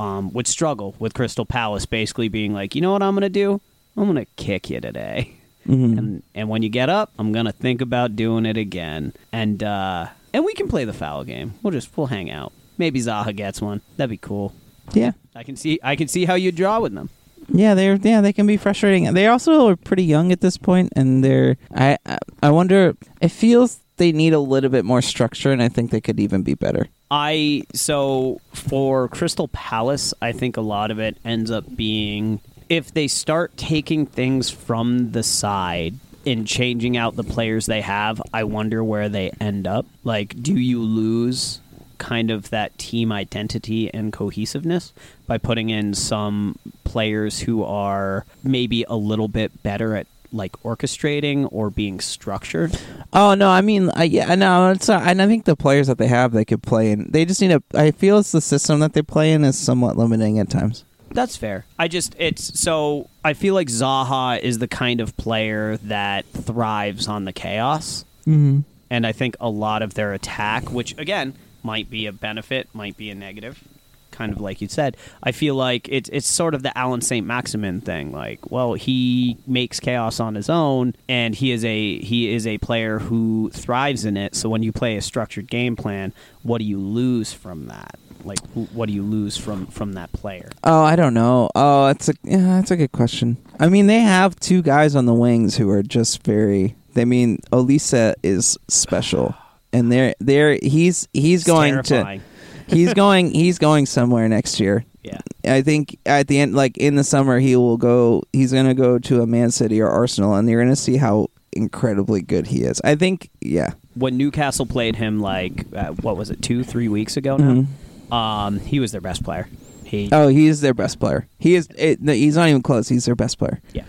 Speaker 1: um, would struggle with Crystal Palace basically being like, you know what I'm going to do? I'm going to kick you today. And, and when you get up, I'm going to think about doing it again. And uh, and we can play the foul game. We'll just we'll hang out. Maybe Zaha gets one. That'd be cool.
Speaker 2: Yeah.
Speaker 1: I can see I can see how you draw with them.
Speaker 2: Yeah, they're yeah they can be frustrating. They also are pretty young at this point, and they're I I- I wonder. It feels they need a little bit more structure, and I think they could even be better.
Speaker 1: I so for Crystal Palace, I think a lot of it ends up being if they start taking things from the side and changing out the players they have, I wonder where they end up. Like, do you lose kind of that team identity and cohesiveness by putting in some players who are maybe a little bit better at like orchestrating or being structured?
Speaker 2: Oh no, I mean I, yeah no, it's not, and I think the players that they have they could play in. They just need a. I feel it's the system that they play in is somewhat limiting at times.
Speaker 1: That's fair. I just it's so I feel like Zaha is the kind of player that thrives on the chaos.
Speaker 2: Mm-hmm.
Speaker 1: And I think a lot of their attack, which again might be a benefit, might be a negative, kind of like you said. I feel like it's it's sort of the Alan Saint Maximin thing. Like, well, he makes chaos on his own, and he is a he is a player who thrives in it. So when you play a structured game plan, what do you lose from that? Like, wh- what do you lose from from that player?
Speaker 2: Oh, I don't know. Oh, that's a yeah, that's a good question. I mean, they have two guys on the wings who are just very. They mean Olisa is special, and they're they're he's he's
Speaker 1: It's
Speaker 2: going
Speaker 1: terrifying.
Speaker 2: to he's going he's going somewhere next year.
Speaker 1: Yeah.
Speaker 2: I think at the end, like in the summer, he will go. He's going to go to a Man City or Arsenal, and you're going to see how incredibly good he is. I think. Yeah.
Speaker 1: When Newcastle played him, like, uh, what was it, two, three weeks ago now? Um, he was their best player. He,
Speaker 2: Mm-hmm. Oh, he is their best player. He is. It, no, he's not even close. He's their best player.
Speaker 1: yeah.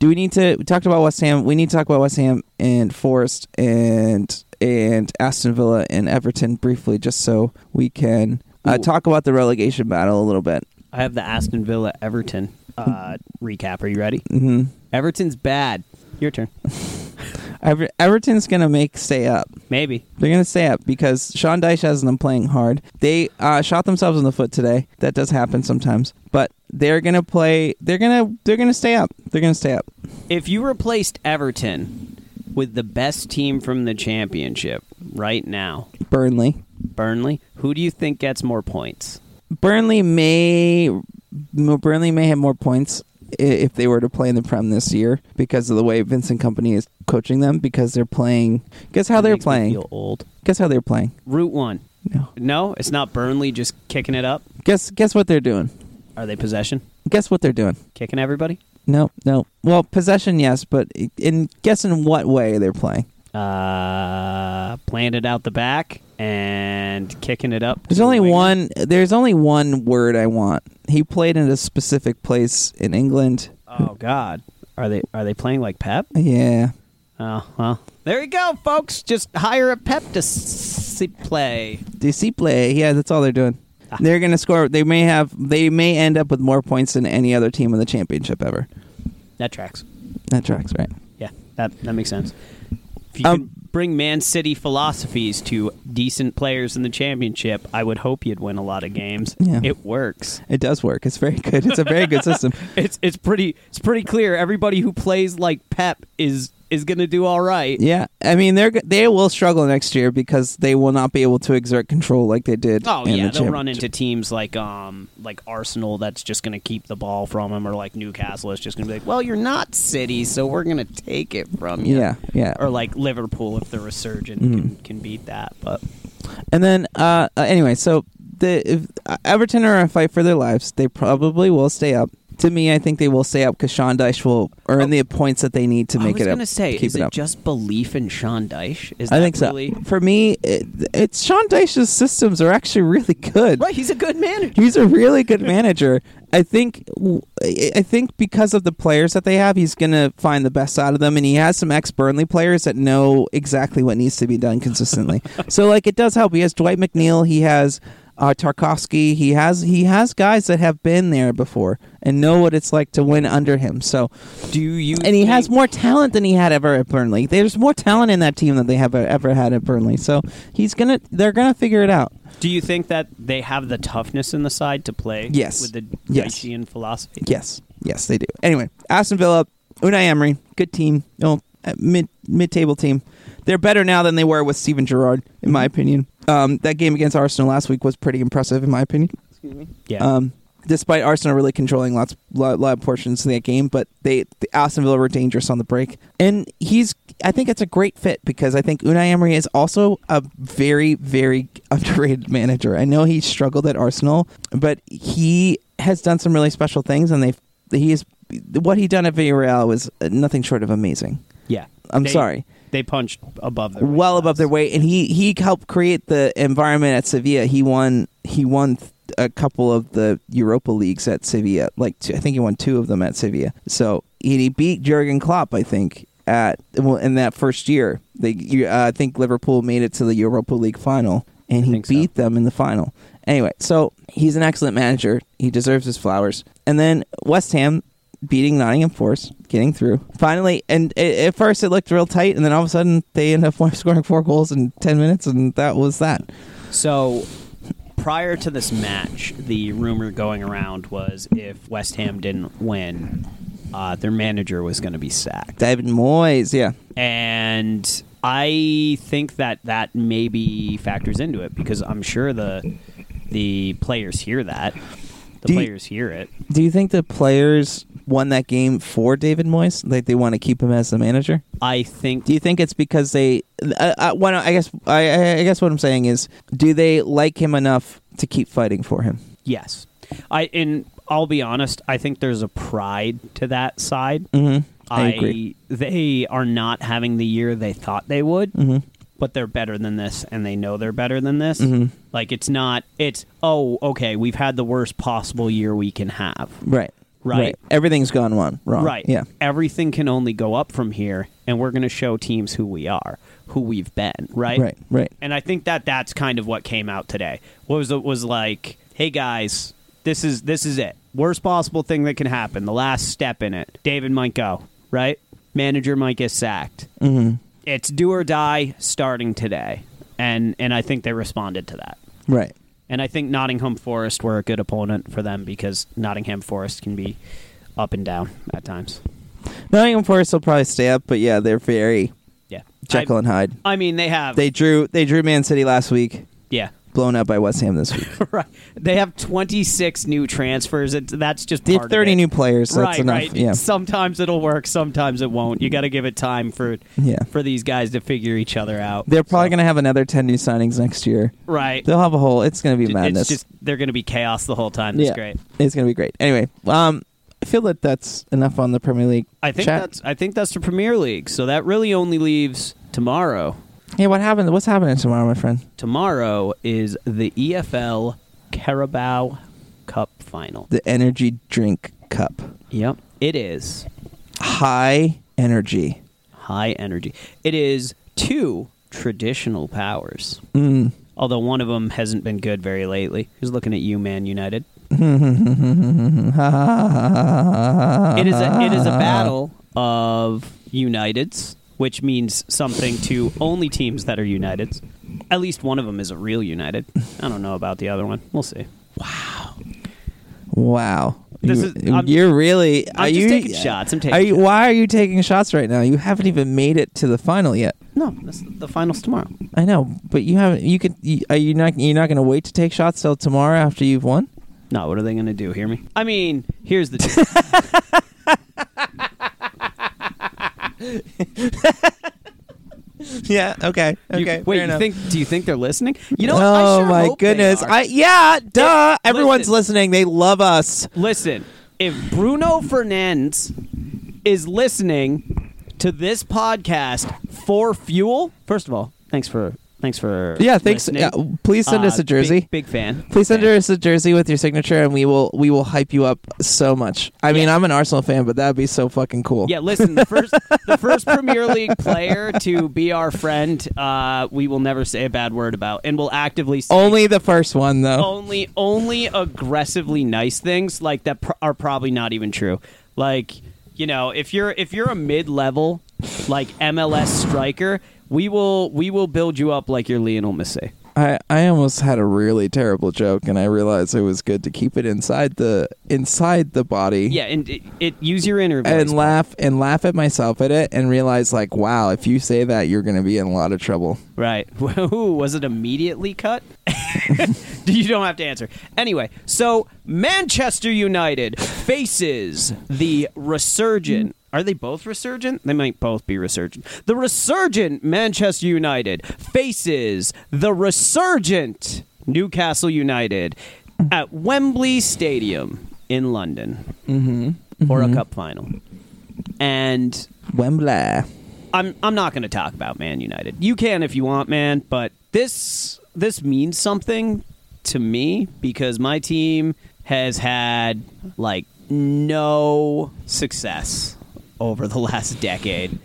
Speaker 2: Do we need to? We talked about West Ham. We need to talk about West Ham and Forest and and Aston Villa and Everton briefly, just so we can uh,
Speaker 1: Ooh.
Speaker 2: talk about the relegation battle a little bit.
Speaker 1: I have the Aston Villa Everton uh, recap. Are you ready?
Speaker 2: hmm
Speaker 1: Everton's bad. Your turn.
Speaker 2: Ever- Everton's gonna make stay up.
Speaker 1: Maybe.
Speaker 2: They're gonna stay up because Sean Dyche has them playing hard. They uh, shot themselves in the foot today. That does happen sometimes, but they're gonna play. They're gonna they're gonna stay up. They're gonna stay up.
Speaker 1: If you replaced Everton with the best team from the championship right now,
Speaker 2: Burnley.
Speaker 1: Burnley, who do you think gets more points?
Speaker 2: Burnley may Burnley may have more points i- if they were to play in the Prem this year because of the way Vincent Company is coaching them because they're playing. Guess how
Speaker 1: That
Speaker 2: they're
Speaker 1: makes me
Speaker 2: playing?
Speaker 1: Feel old.
Speaker 2: Guess how they're playing?
Speaker 1: Route one.
Speaker 2: No.
Speaker 1: No, it's not Burnley just kicking it up.
Speaker 2: Guess guess what they're doing?
Speaker 1: Are they possession?
Speaker 2: Guess what they're doing?
Speaker 1: Kicking everybody?
Speaker 2: No, no. Well, possession, yes, but i- in guess in what way they're playing.
Speaker 1: Uh, playing it out the back and kicking it up. to
Speaker 2: There's
Speaker 1: the
Speaker 2: only
Speaker 1: winger.
Speaker 2: one. There's only one word I want. He played in a specific place in England.
Speaker 1: Oh God, are they are they playing like Pep?
Speaker 2: Yeah,
Speaker 1: Oh well, there you go, folks. Just hire a Pep to s- s- play.
Speaker 2: Disciple. Yeah, that's all they're doing.
Speaker 1: Ah.
Speaker 2: They're gonna score. They may have. They may end up with more points than any other team in the championship ever.
Speaker 1: That tracks.
Speaker 2: That tracks, right?
Speaker 1: Yeah, that that makes sense. If you
Speaker 2: Um,
Speaker 1: could bring Man City philosophies to decent players in the championship, I would hope you'd win a lot of games.
Speaker 2: Yeah.
Speaker 1: It works.
Speaker 2: It does work. It's very good. It's a very good system.
Speaker 1: It's it's pretty it's pretty clear. Everybody who plays like Pep is is going to do all right.
Speaker 2: Yeah, I mean they're g- they will struggle next year because they will not be able to exert control like they did.
Speaker 1: Oh
Speaker 2: in
Speaker 1: yeah,
Speaker 2: the
Speaker 1: they'll run
Speaker 2: championship.
Speaker 1: into teams like um like Arsenal that's just going to keep the ball from them, or like Newcastle is just going to be like, well, you're not City, so we're going to take it from you.
Speaker 2: Yeah, Mm-hmm. yeah.
Speaker 1: Or like Liverpool if the resurgent can, can beat that, but
Speaker 2: And then, uh, uh, anyway, so the if uh, Everton are in a fight for their lives. They probably will stay up. To me, I think they will stay up because Sean Dyche will earn the points that they need to make
Speaker 1: Oh. I was
Speaker 2: it up.
Speaker 1: gonna say,
Speaker 2: keep
Speaker 1: is
Speaker 2: it
Speaker 1: it,
Speaker 2: up.
Speaker 1: just belief in Sean Dyche? Is
Speaker 2: I
Speaker 1: that
Speaker 2: think so.
Speaker 1: really
Speaker 2: For me, it, it's Sean Dyche's systems are actually really good.
Speaker 1: right? He's a good manager.
Speaker 2: He's a really good manager. I think I think because of the players that they have, he's going to find the best out of them and he has some ex-Burnley players that know exactly what needs to be done consistently. so like it does help. He has Dwight McNeil, he has uh, Tarkovsky, he has he has guys that have been there before and know what it's like to win under him. So
Speaker 1: Do you?
Speaker 2: and he has
Speaker 1: think-
Speaker 2: more talent than he had ever at Burnley. There's more talent in that team than they have e-, ever had at Burnley. So he's going to they're going to figure it out.
Speaker 1: Do you think that they have the toughness in the side to play?
Speaker 2: Yes.
Speaker 1: With the
Speaker 2: Yes.
Speaker 1: Dychean philosophy.
Speaker 2: Yes, yes, they do. Anyway, Aston Villa, Unai Emery, good team. No, uh, mid mid table team. They're better now than they were with Steven Gerrard, in my opinion. Um, that game against Arsenal last week was pretty impressive, in my opinion.
Speaker 1: Yeah.
Speaker 2: Um, despite Arsenal really controlling lots, lot, lot of portions of that game, but they the Aston Villa were dangerous on the break, and he's. I think it's a great fit because I think Unai Emery is also a very, very underrated manager. I know he struggled at Arsenal, but he has done some really special things, and they've he is what he done at Villarreal was nothing short of amazing.
Speaker 1: yeah.
Speaker 2: I'm
Speaker 1: They-
Speaker 2: sorry
Speaker 1: They punched above their weight
Speaker 2: well above
Speaker 1: class.
Speaker 2: their weight, and he he helped create the environment at Sevilla. He won he won th- a couple of the Europa leagues at Sevilla. Like two, I think he won two of them at Sevilla. So he, he beat Jurgen Klopp, I think, at well, in that first year. They you, uh, I think Liverpool made it to the Europa League final, and he
Speaker 1: think so.
Speaker 2: beat them in the final. Anyway, so he's an excellent manager. He deserves his flowers. And then West Ham beating Nottingham Forest, getting through. Finally, and a- at first it looked real tight, and then all of a sudden they end up scoring four goals in 10 minutes, and that was that.
Speaker 1: So, prior to this match, the rumor going around was if West Ham didn't win, uh, their manager was going to be sacked.
Speaker 2: David Moyes, yeah.
Speaker 1: And I think that that maybe factors into it because I'm sure the the players hear that. The
Speaker 2: Do you-
Speaker 1: players hear it.
Speaker 2: Do you think the players won that game for David Moyes? Like they want to keep him as the manager?
Speaker 1: I think
Speaker 2: Do you think it's because they? Uh, uh, well, I guess I, I I guess what I'm saying is, do they like him enough to keep fighting for him?
Speaker 1: yes. I and I'll be honest, I think there's a pride to that side.
Speaker 2: Mm-hmm. I,
Speaker 1: I,
Speaker 2: agree.
Speaker 1: they are not having the year they thought they would,
Speaker 2: Mhm.
Speaker 1: but they're better than this, and they know they're better than this.
Speaker 2: Mhm.
Speaker 1: Like it's not it's oh okay, we've had the worst possible year we can have.
Speaker 2: Right.
Speaker 1: Right.
Speaker 2: Everything's gone wrong. Wrong.
Speaker 1: Right.
Speaker 2: Oh, Yeah.
Speaker 1: Everything can only go up from here, and we're going to show teams who we are, who we've been. Right.
Speaker 2: Right. Right.
Speaker 1: And I think that that's kind of what came out today. What was it was like, hey guys, this is this is it. Worst possible thing that can happen. The last step in it. David might go right. Manager might get sacked.
Speaker 2: hmm
Speaker 1: It's do or die starting today, and and I think they responded to that.
Speaker 2: Right.
Speaker 1: And I think Nottingham Forest were a good opponent for them because Nottingham Forest can be up and down at times.
Speaker 2: Nottingham Forest will probably stay up, but yeah, they're very
Speaker 1: Yeah,
Speaker 2: Jekyll
Speaker 1: I,
Speaker 2: and Hyde.
Speaker 1: I mean, they have
Speaker 2: They drew. They drew Man City last week.
Speaker 1: yeah
Speaker 2: blown up by West Ham this week.
Speaker 1: right. They have 26 new transfers. It, that's just
Speaker 2: They
Speaker 1: part of
Speaker 2: have 30
Speaker 1: it.
Speaker 2: new players. So
Speaker 1: right,
Speaker 2: that's enough.
Speaker 1: right.
Speaker 2: Yeah.
Speaker 1: Sometimes it'll work, sometimes it won't. You got to give it time for
Speaker 2: Yeah.
Speaker 1: for these guys to figure each other out.
Speaker 2: They're probably going to have another 10 new signings next year.
Speaker 1: right.
Speaker 2: They'll have a whole. It's going to be
Speaker 1: It-
Speaker 2: madness.
Speaker 1: It's just they're going to be chaos the whole time. That's
Speaker 2: Yeah.
Speaker 1: great.
Speaker 2: It's going to be great. Anyway, um, I feel that that's enough on the Premier League.
Speaker 1: I think
Speaker 2: chat.
Speaker 1: that's I think that's the Premier League. So that really only leaves tomorrow.
Speaker 2: Yeah, what happened? What's happening tomorrow, my friend?
Speaker 1: Tomorrow is the EFL Carabao Cup final.
Speaker 2: The energy drink cup.
Speaker 1: Yep, it is
Speaker 2: High energy.
Speaker 1: high energy. It is two traditional powers.
Speaker 2: Mm.
Speaker 1: Although one of them hasn't been good very lately. Who's looking at you, Man United? It is a, it is a battle of Uniteds, which means something to only teams that are Uniteds. At least one of them is a real United. I don't know about the other one. We'll see.
Speaker 2: Wow.
Speaker 1: This
Speaker 2: you,
Speaker 1: is- I'm-
Speaker 2: you're really.
Speaker 1: I'm
Speaker 2: are
Speaker 1: just
Speaker 2: you,
Speaker 1: taking shots. I'm taking
Speaker 2: Are you,
Speaker 1: shots.
Speaker 2: Why are you taking shots right now? You haven't even made it to the final yet.
Speaker 1: No, that's the finals tomorrow.
Speaker 2: I know, but you haven't. You could. You, are you not? You're not going to wait to take shots till tomorrow after you've won.
Speaker 1: No, what are they going to do? Hear me? I mean, here's the. deal.
Speaker 2: Yeah. Okay.
Speaker 1: You- wait, you think? Do you think they're listening? You know?
Speaker 2: oh
Speaker 1: I sure
Speaker 2: my
Speaker 1: hope they
Speaker 2: goodness!
Speaker 1: are.
Speaker 2: I yeah, duh.
Speaker 1: Yeah,
Speaker 2: Everyone's
Speaker 1: listen.
Speaker 2: listening. They love us.
Speaker 1: Listen, if Bruno Fernandes is listening to this podcast for fuel, first of all, thanks for thanks for
Speaker 2: Yeah. Thanks.
Speaker 1: listening.
Speaker 2: Yeah, please send
Speaker 1: Uh,
Speaker 2: us a
Speaker 1: big-
Speaker 2: jersey.
Speaker 1: Big, fan.
Speaker 2: Please send
Speaker 1: Fan.
Speaker 2: us a jersey with your signature, and we will we will hype you up so much. I mean,
Speaker 1: Yeah.
Speaker 2: I'm an Arsenal fan, but that'd be so fucking cool.
Speaker 1: Yeah, listen. The first, the first Premier League player to be our friend, uh, we will never say a bad word about, and we'll actively say
Speaker 2: Only the first one though.
Speaker 1: only only aggressively nice things like that pr- are probably not even true. Like you know, if you're if you're a mid level like MLS striker, we will we will build you up like you're Lionel Messi.
Speaker 2: I I almost had a really terrible joke, and I realized it was good to keep it inside the inside the body.
Speaker 1: Yeah, and it, it use your inner voice.
Speaker 2: And laugh and laugh at myself at it, and realize like, wow, if you say that, you're going to be in a lot of trouble.
Speaker 1: Right. Ooh, was it immediately cut? you don't have to answer. Anyway, so Manchester United faces the resurgent. Are they both resurgent? They might both be resurgent. The resurgent Manchester United faces the resurgent Newcastle United at Wembley Stadium in London for a cup final. And
Speaker 2: Wembley.
Speaker 1: I'm I'm not going to talk about Man United. You can if you want, man, but this this means something to me because my team has had like no success over the last decade.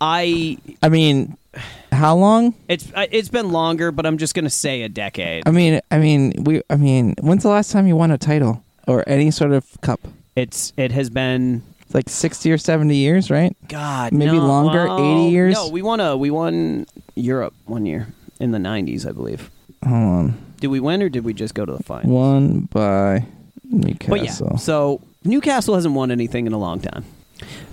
Speaker 1: I
Speaker 2: I mean, how long?
Speaker 1: it's I- it's been longer, but I'm just going to say a decade.
Speaker 2: I mean, I mean, we. I mean, when's the last time you won a title or any sort of cup?
Speaker 1: It's it has been
Speaker 2: It's like sixty or seventy years, right?
Speaker 1: God,
Speaker 2: Maybe
Speaker 1: no,
Speaker 2: longer,
Speaker 1: well,
Speaker 2: 80 years?
Speaker 1: No, we won a we won Europe one year in the 90s, I believe.
Speaker 2: Hold on,
Speaker 1: Did we win or did we just go to the final?
Speaker 2: one by
Speaker 1: But yeah,
Speaker 2: Newcastle.
Speaker 1: so Newcastle hasn't won anything in a long time.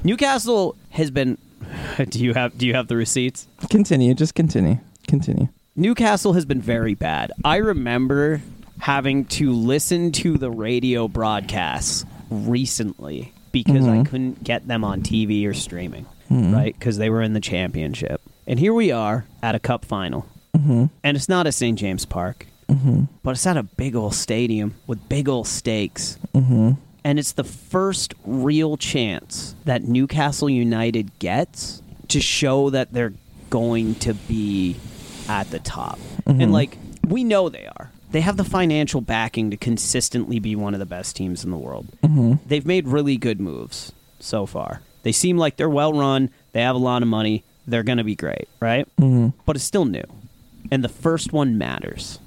Speaker 1: Newcastle has been. Do you have Do you have the receipts?
Speaker 2: Continue, just continue, continue.
Speaker 1: Newcastle has been very bad. I remember having to listen to the radio broadcasts recently because I couldn't get them on TV or streaming, right? Because they were in the championship. And here we are at a cup final. And it's not at St. James Park, but it's at a big old stadium with big old stakes. And it's the first real chance that Newcastle United gets to show that they're going to be at the top. And like we know they are. They have the financial backing to consistently be one of the best teams in the world. They've made really good moves so far. They seem like they're well run. They have a lot of money. They're going to be great, right? But it's still new. And the first one matters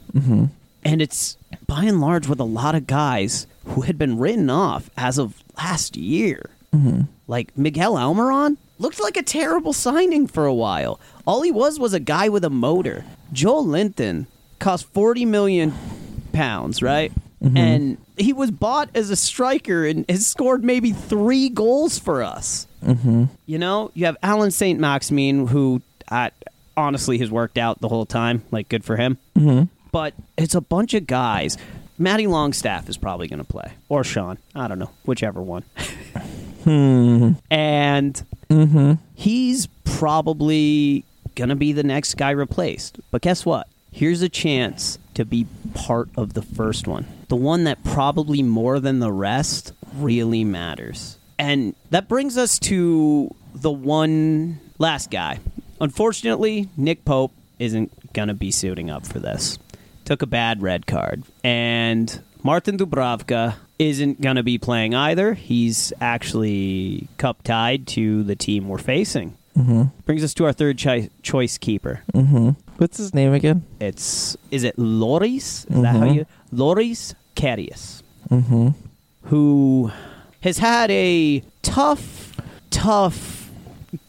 Speaker 1: and it's by and large with a lot of guys who had been written off as of last year. Like Miguel Almiron looked like a terrible signing for a while. All he was was a guy with a motor. Joel Linton cost 40 million pounds, right? And he was bought as a striker and has scored maybe three goals for us. You know, you have Alan St. Maximin, who I, honestly has worked out the whole time. Like, good for him. Mm-hmm. but it's a bunch of guys. Matty Longstaff is probably going to play, or Sean. I don't know, whichever one. And he's probably going to be the next guy replaced. But guess what? Here's a chance to be part of the first one. The one that probably more than the rest really matters. And that brings us to the one last guy. Unfortunately, Nick Pope isn't going to be suiting up for this. Took a bad red card. And Martin Dubravka isn't going to be playing either. He's actually cup tied to the team we're facing. Mm-hmm. Brings us to our third choi- choice keeper.
Speaker 2: What's his name again?
Speaker 1: It's is it Loris? Is that
Speaker 2: Mm-hmm.
Speaker 1: how you Loris Carius, Mm-hmm. who has had a tough, tough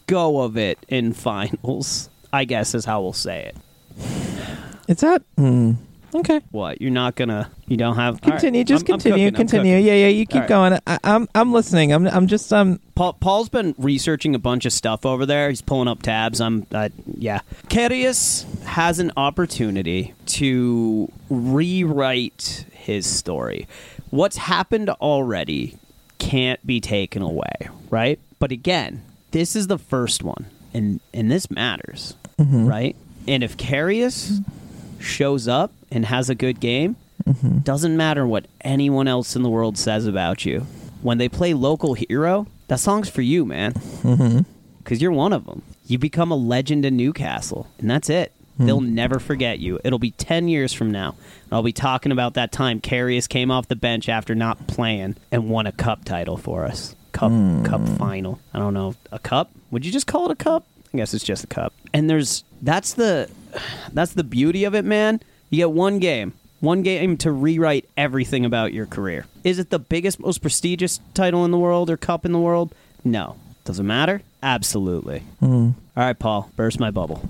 Speaker 1: go of it in finals. I guess is how we'll say it.
Speaker 2: It's that. Hmm.
Speaker 1: Mm.
Speaker 2: Okay.
Speaker 1: What you're not gonna you don't have all right,
Speaker 2: Continue. just
Speaker 1: I'm- I'm
Speaker 2: continue.
Speaker 1: cooking, I'm
Speaker 2: continue.
Speaker 1: cooking.
Speaker 2: yeah, yeah. You keep
Speaker 1: All
Speaker 2: going. I, I'm I'm listening. I'm I'm just um.
Speaker 1: Paul, Paul's been researching a bunch of stuff over there. He's pulling up tabs. I'm, uh, yeah. Carius has an opportunity to rewrite his story. What's happened already can't be taken away, right? But again, this is the first one, and and this matters, right? And if Carius shows up and has a good game, doesn't matter what anyone else in the world says about you. When they play Local Hero, that song's for you, man. Because you're one of them. You become a legend in Newcastle, and that's it. They'll never forget you. It'll be 10 years from now. And I'll be talking about that time Carius came off the bench after not playing and won a cup title for us. Cup, cup final. I don't know. A cup? Would you just call it a cup? I guess it's just a cup. And there's that's the that's the beauty of it, man. You get one game, one game to rewrite everything about your career. Is it the biggest, most prestigious title in the world or cup in the world? No. Doesn't matter? Absolutely. All right, Paul, burst my bubble.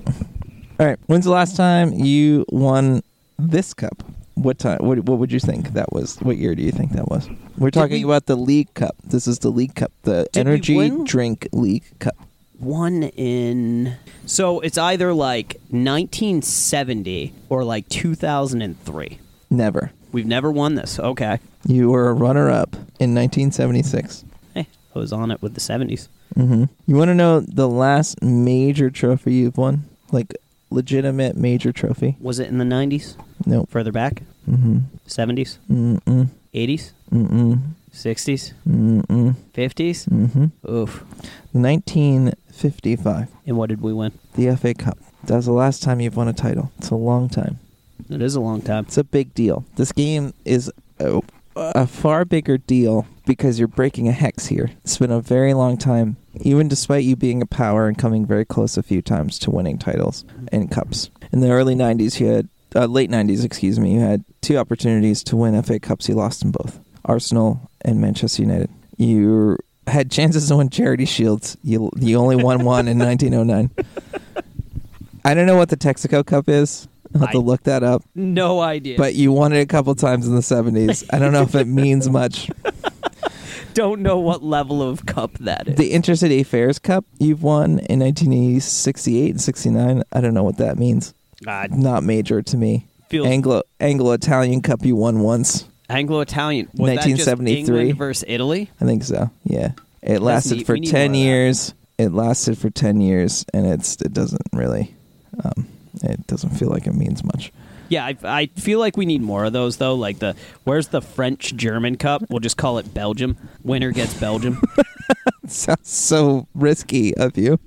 Speaker 2: All right. When's the last time you won this cup? What time? What, what would you think that was? What year do you think that was? We're talking
Speaker 1: we-
Speaker 2: about the League Cup. This is the League Cup, the
Speaker 1: Did we
Speaker 2: Energy
Speaker 1: win?
Speaker 2: Drink League Cup.
Speaker 1: One in. So it's either like 1970 or like 2003.
Speaker 2: Never.
Speaker 1: We've never won this. Okay.
Speaker 2: You were a runner-up in 1976.
Speaker 1: Hey, I was on it with the 70s.
Speaker 2: Mm-hmm. You want to know the last major trophy you've won? Like legitimate major trophy?
Speaker 1: Was it in the 90s?
Speaker 2: Nope.
Speaker 1: Further back?
Speaker 2: Mm-hmm.
Speaker 1: 70s?
Speaker 2: Mm-mm.
Speaker 1: 80s?
Speaker 2: Mm-mm.
Speaker 1: 60s?
Speaker 2: Mm-mm.
Speaker 1: 50s?
Speaker 2: Mm-hmm.
Speaker 1: Oof.
Speaker 2: 1955,
Speaker 1: And what did we win?
Speaker 2: the FA Cup. That was the last time you've won a title. It's a long time.
Speaker 1: It is a long time.
Speaker 2: It's a big deal. This game is a, a far bigger deal because you're breaking a hex here. It's been a very long time, even despite you being a power and coming very close a few times to winning titles and cups. In the early 90s, you had, uh, late 90s, excuse me, you had two opportunities to win FA Cups. You lost them both Arsenal and Manchester United. You had chances to win charity shields. You, you only won one in 1909. I don't know what the Texaco Cup is. I'll have to
Speaker 1: I-
Speaker 2: look that up
Speaker 1: No idea.
Speaker 2: but you won it a couple times in the 70s. I don't know if it means much.
Speaker 1: don't know what level of cup that is.
Speaker 2: The Intercity Affairs Cup you've won in 1968 and 69. I don't know what that means.
Speaker 1: God,
Speaker 2: Not major to me.
Speaker 1: feels
Speaker 2: Anglo Anglo Italian Cup you won once.
Speaker 1: Anglo-Italian. Was that just
Speaker 2: 1973?
Speaker 1: England versus Italy.
Speaker 2: I think so. Yeah. It lasted
Speaker 1: neat.
Speaker 2: for
Speaker 1: We need
Speaker 2: 10
Speaker 1: more of that.
Speaker 2: years. It lasted for 10 years and it's it doesn't really um, it doesn't feel like it means much.
Speaker 1: Yeah, I, I feel like we need more of those though. Like the where's the French German Cup? We'll just call it Belgium. Winner gets Belgium.
Speaker 2: sounds so risky of you.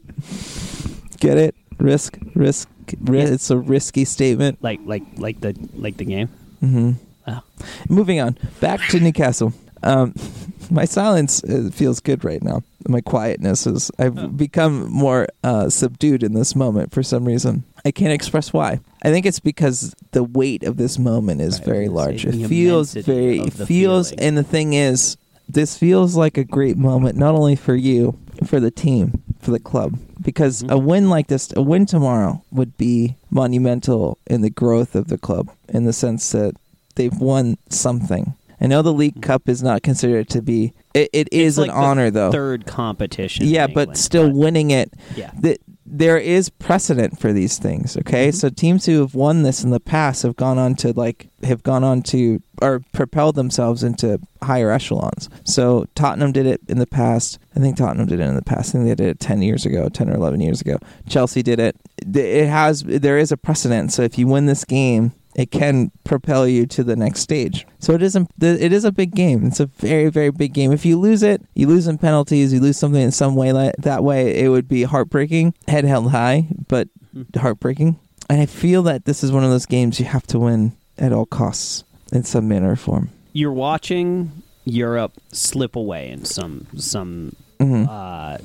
Speaker 2: Get it? Risk, risk, ri-
Speaker 1: Yeah.
Speaker 2: It's a risky statement.
Speaker 1: like like like the like the game.
Speaker 2: hmm
Speaker 1: Oh.
Speaker 2: Moving on, back to Newcastle. Um, my silence uh, feels good right now. My quietness is. I've
Speaker 1: Oh.
Speaker 2: become more uh, subdued in this moment for some reason. I can't express why. I think it's because the weight of this moment is
Speaker 1: Right,
Speaker 2: very
Speaker 1: it's
Speaker 2: large.
Speaker 1: the
Speaker 2: It feels
Speaker 1: immensity
Speaker 2: very.
Speaker 1: of
Speaker 2: It
Speaker 1: the
Speaker 2: feels,
Speaker 1: feeling.
Speaker 2: and the thing is, this feels like a great moment, not only for you, for the team, for the club, because
Speaker 1: Mhm.
Speaker 2: a win like this, a win tomorrow, would be monumental in the growth of the club, in the sense that they've won something. I know the League Cup is not considered to be. It, it is
Speaker 1: Mm-hmm. It's like
Speaker 2: an
Speaker 1: the
Speaker 2: honor, though.
Speaker 1: Third competition.
Speaker 2: Oh. yeah,
Speaker 1: in
Speaker 2: but
Speaker 1: England,
Speaker 2: still winning it.
Speaker 1: yeah.
Speaker 2: The, there is precedent for these things.
Speaker 1: Mm-hmm.
Speaker 2: Okay, so teams who have won this in the past have gone on to like have gone on to or propelled themselves into higher echelons. So Tottenham did it in the past. I think Tottenham did it in the past. I think they did it ten years ago, ten or eleven years ago. Chelsea did it. It has there is a precedent. So if you win this game, it can propel you to the next stage. So it isn't. It is a big game. It's a very, very big game. If you lose it, you lose in penalties. You lose something in some way like, that way. It would be heartbreaking. Head held high, but heartbreaking. And I feel that this is one of those games you have to win at all costs in some manner or form.
Speaker 1: You're watching Europe slip away in some some
Speaker 2: Mhm.
Speaker 1: uh,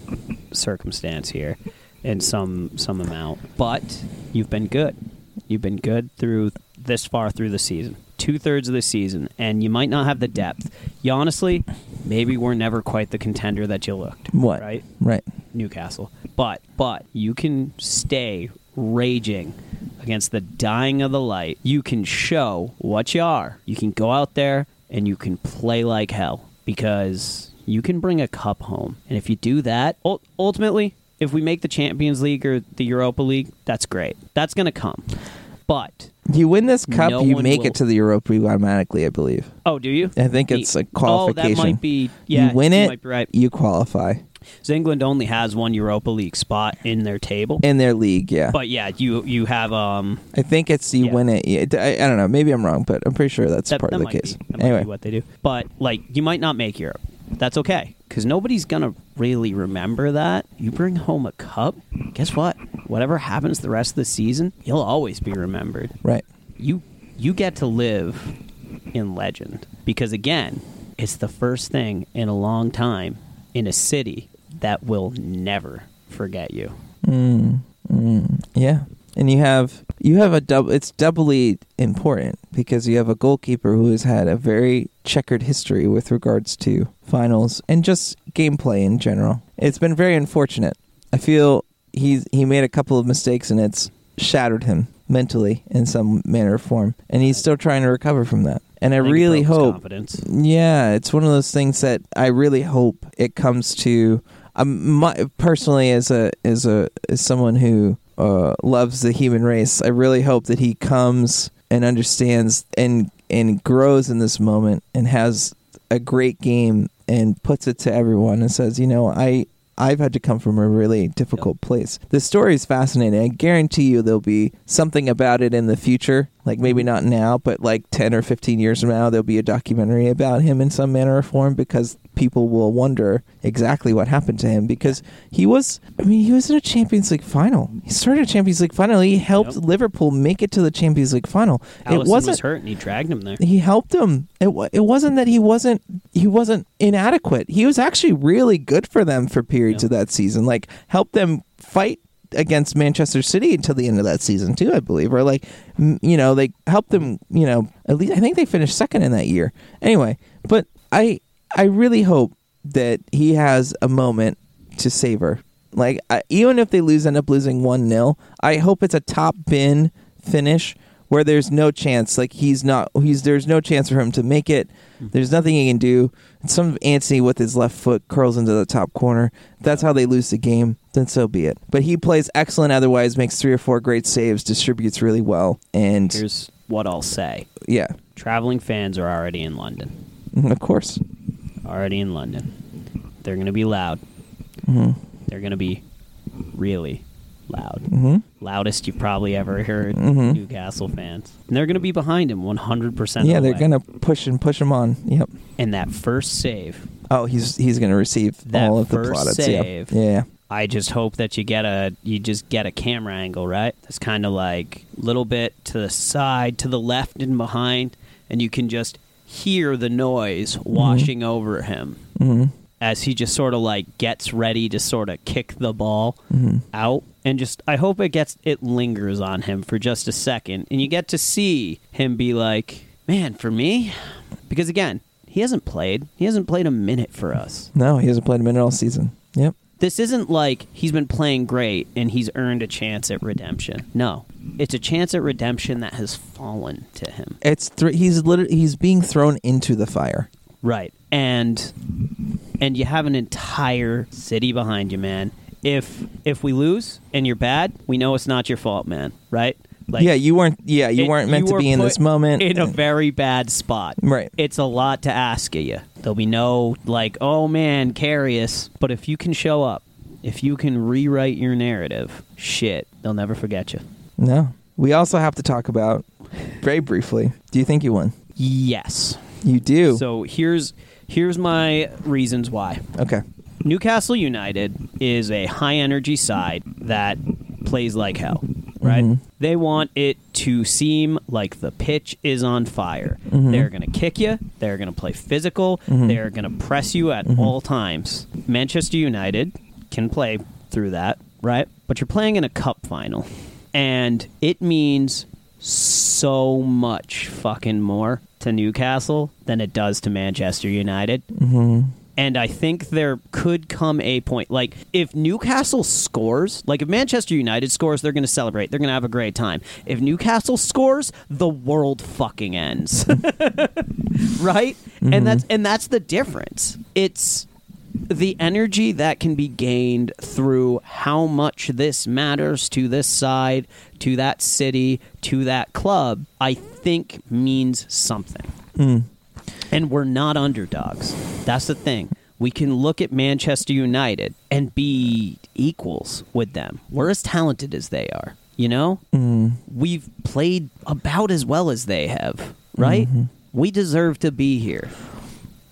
Speaker 1: circumstance here, in some some amount. But you've been good. You've been good through this far through the season, two thirds of the season, and you might not have the depth. You honestly, maybe we're never quite the contender that you looked.
Speaker 2: What?
Speaker 1: right?
Speaker 2: Right.
Speaker 1: Newcastle. But but you can stay raging against the dying of the light. You can show what you are. You can go out there and you can play like hell because you can bring a cup home. And if you do that, ul- ultimately, if we make the Champions League or the Europa League, that's great. That's going to come. But
Speaker 2: You win this cup,
Speaker 1: No
Speaker 2: you
Speaker 1: one
Speaker 2: make
Speaker 1: will-
Speaker 2: it to the Europa League automatically. I believe.
Speaker 1: oh, do you?
Speaker 2: I think it's a
Speaker 1: Oh, that
Speaker 2: qualification.
Speaker 1: might be yeah.
Speaker 2: you win
Speaker 1: you
Speaker 2: it,
Speaker 1: might be right.
Speaker 2: you qualify
Speaker 1: 'Cause England only has one Europa League spot in their table.
Speaker 2: in their league. Yeah.
Speaker 1: But yeah, you you have um
Speaker 2: I think it's you
Speaker 1: Yeah.
Speaker 2: win it. Yeah, I, I don't know. Maybe I'm wrong, but I'm pretty sure that's part of the
Speaker 1: might
Speaker 2: case.
Speaker 1: Be, that might
Speaker 2: anyway,
Speaker 1: be what they do. But like, you might not make Europe. That's okay, because nobody's gonna really remember that. You bring home a cup. Guess what? Whatever happens the rest of the season, you'll always be remembered.
Speaker 2: right?
Speaker 1: You you get to live in legend because again, it's the first thing in a long time in a city that will never forget you.
Speaker 2: Yeah, and you have you have a double. It's doubly important because you have a goalkeeper who has had a very checkered history with regards to finals and just gameplay in general. It's been very unfortunate. I feel he's he made a couple of mistakes and it's shattered him mentally in some manner or form, and he's still trying to recover from that. And I,
Speaker 1: think it
Speaker 2: really
Speaker 1: broke his
Speaker 2: hope
Speaker 1: confidence.
Speaker 2: Yeah, it's one of those things that I really hope it comes to. Um, my, personally, as a as a as someone who uh, loves the human race, I really hope that he comes and understands and and grows in this moment and has a great game and puts it to everyone and says, you know, I I've had to come from a really difficult place. The story is fascinating. I guarantee you there'll be something about it in the future. Like maybe
Speaker 1: Mm-hmm.
Speaker 2: not now, but like 10 or 15 years from now, there'll be a documentary about him in some manner or form because people will wonder exactly what happened to him because he was, I mean, he was in a Champions League final. He started a Champions League final. He helped
Speaker 1: Yep.
Speaker 2: Liverpool make it to the Champions League final.
Speaker 1: Allison
Speaker 2: it wasn't
Speaker 1: was hurt, and he dragged him there.
Speaker 2: he helped him. It wa- it wasn't that he wasn't he wasn't inadequate. He was actually really good for them for periods
Speaker 1: Yeah.
Speaker 2: of that season. Like helped them fight against Manchester City until the end of that season too, I believe. Or like m- you know they helped them. You know at least I think they finished second in that year. Anyway, but I I really hope that he has a moment to savor. Like I, even if they lose, end up losing one 0 I hope it's a top bin finish where there's no chance. Like he's not. He's there's no chance for him to make it.
Speaker 1: Hmm.
Speaker 2: There's nothing he can do. Some Anthony with his left foot curls into the top corner. If That's how they lose the game. Then so be it. But he plays excellent. Otherwise, makes three or four great saves. Distributes really well. And
Speaker 1: Here's what I'll say:
Speaker 2: yeah,
Speaker 1: traveling fans are already in London.
Speaker 2: Mm, of course.
Speaker 1: already in London. They're going to be loud.
Speaker 2: Mm-hmm.
Speaker 1: They're going to be really loud.
Speaker 2: hmm
Speaker 1: Loudest you've probably ever heard
Speaker 2: Mhm.
Speaker 1: Newcastle fans. And they're going to be behind him 100%.
Speaker 2: Yeah,
Speaker 1: of the
Speaker 2: they're
Speaker 1: way.
Speaker 2: gonna push and push him on. Yep.
Speaker 1: And that first save,
Speaker 2: Oh, he's he's gonna receive
Speaker 1: That
Speaker 2: all of the
Speaker 1: first
Speaker 2: plaudits.
Speaker 1: save.
Speaker 2: Yeah. yeah.
Speaker 1: I just hope that you get a you just get a camera angle, right? That's kind of like little bit to the side, to the left and behind and you can just hear the noise
Speaker 2: Mm-hmm.
Speaker 1: washing over him.
Speaker 2: hmm
Speaker 1: as he just sort of like gets ready to sort of kick the ball
Speaker 2: Mhm.
Speaker 1: out and just I hope it gets it lingers on him for just a second and you get to see him be like, "Man, for me?" Because again, he hasn't played. He hasn't played a minute for us.
Speaker 2: No, he hasn't played a minute all season. Yep.
Speaker 1: This isn't like he's been playing great and he's earned a chance at redemption. No. It's a chance at redemption that has fallen to him.
Speaker 2: It's thr he's literally he's being thrown into the fire.
Speaker 1: Right. And and you have an entire city behind you, man. if if we lose and you're bad, we know it's not your fault, man. Right? Like,
Speaker 2: yeah, you weren't. Yeah, you
Speaker 1: it-
Speaker 2: weren't meant to
Speaker 1: were
Speaker 2: be in
Speaker 1: put
Speaker 2: this moment. Uh,
Speaker 1: in a very bad spot.
Speaker 2: Right.
Speaker 1: It's a lot to ask of you. There'll be no like, oh man, Carius. But if you can show up, if you can rewrite your narrative, shit, they'll never forget you.
Speaker 2: no, we also have to talk about very briefly. Do you think you won?
Speaker 1: Yes.
Speaker 2: You do.
Speaker 1: So here's here's my reasons why.
Speaker 2: okay.
Speaker 1: Newcastle United is a high energy side that plays like hell, right? They want it to seem like the pitch is on fire. They're going to kick you, they're going to play physical, they're going to press you at all times. Manchester United can play through that, right? But you're playing in a cup final, and it means so much fucking more to Newcastle than it does to Manchester United. And I think there could come a point. Like, if Newcastle scores, like if Manchester United scores, they're going to celebrate. They're going to have a great time. If Newcastle scores, the world fucking ends. right? And that's and that's the difference. It's the energy that can be gained through how much this matters to this side, to that city, to that club, I think means something and we're not underdogs. That's the thing. We can look at Manchester United and be equals with them. We're as talented as they are, you know? We've played about as well as they have, right? We deserve to be here.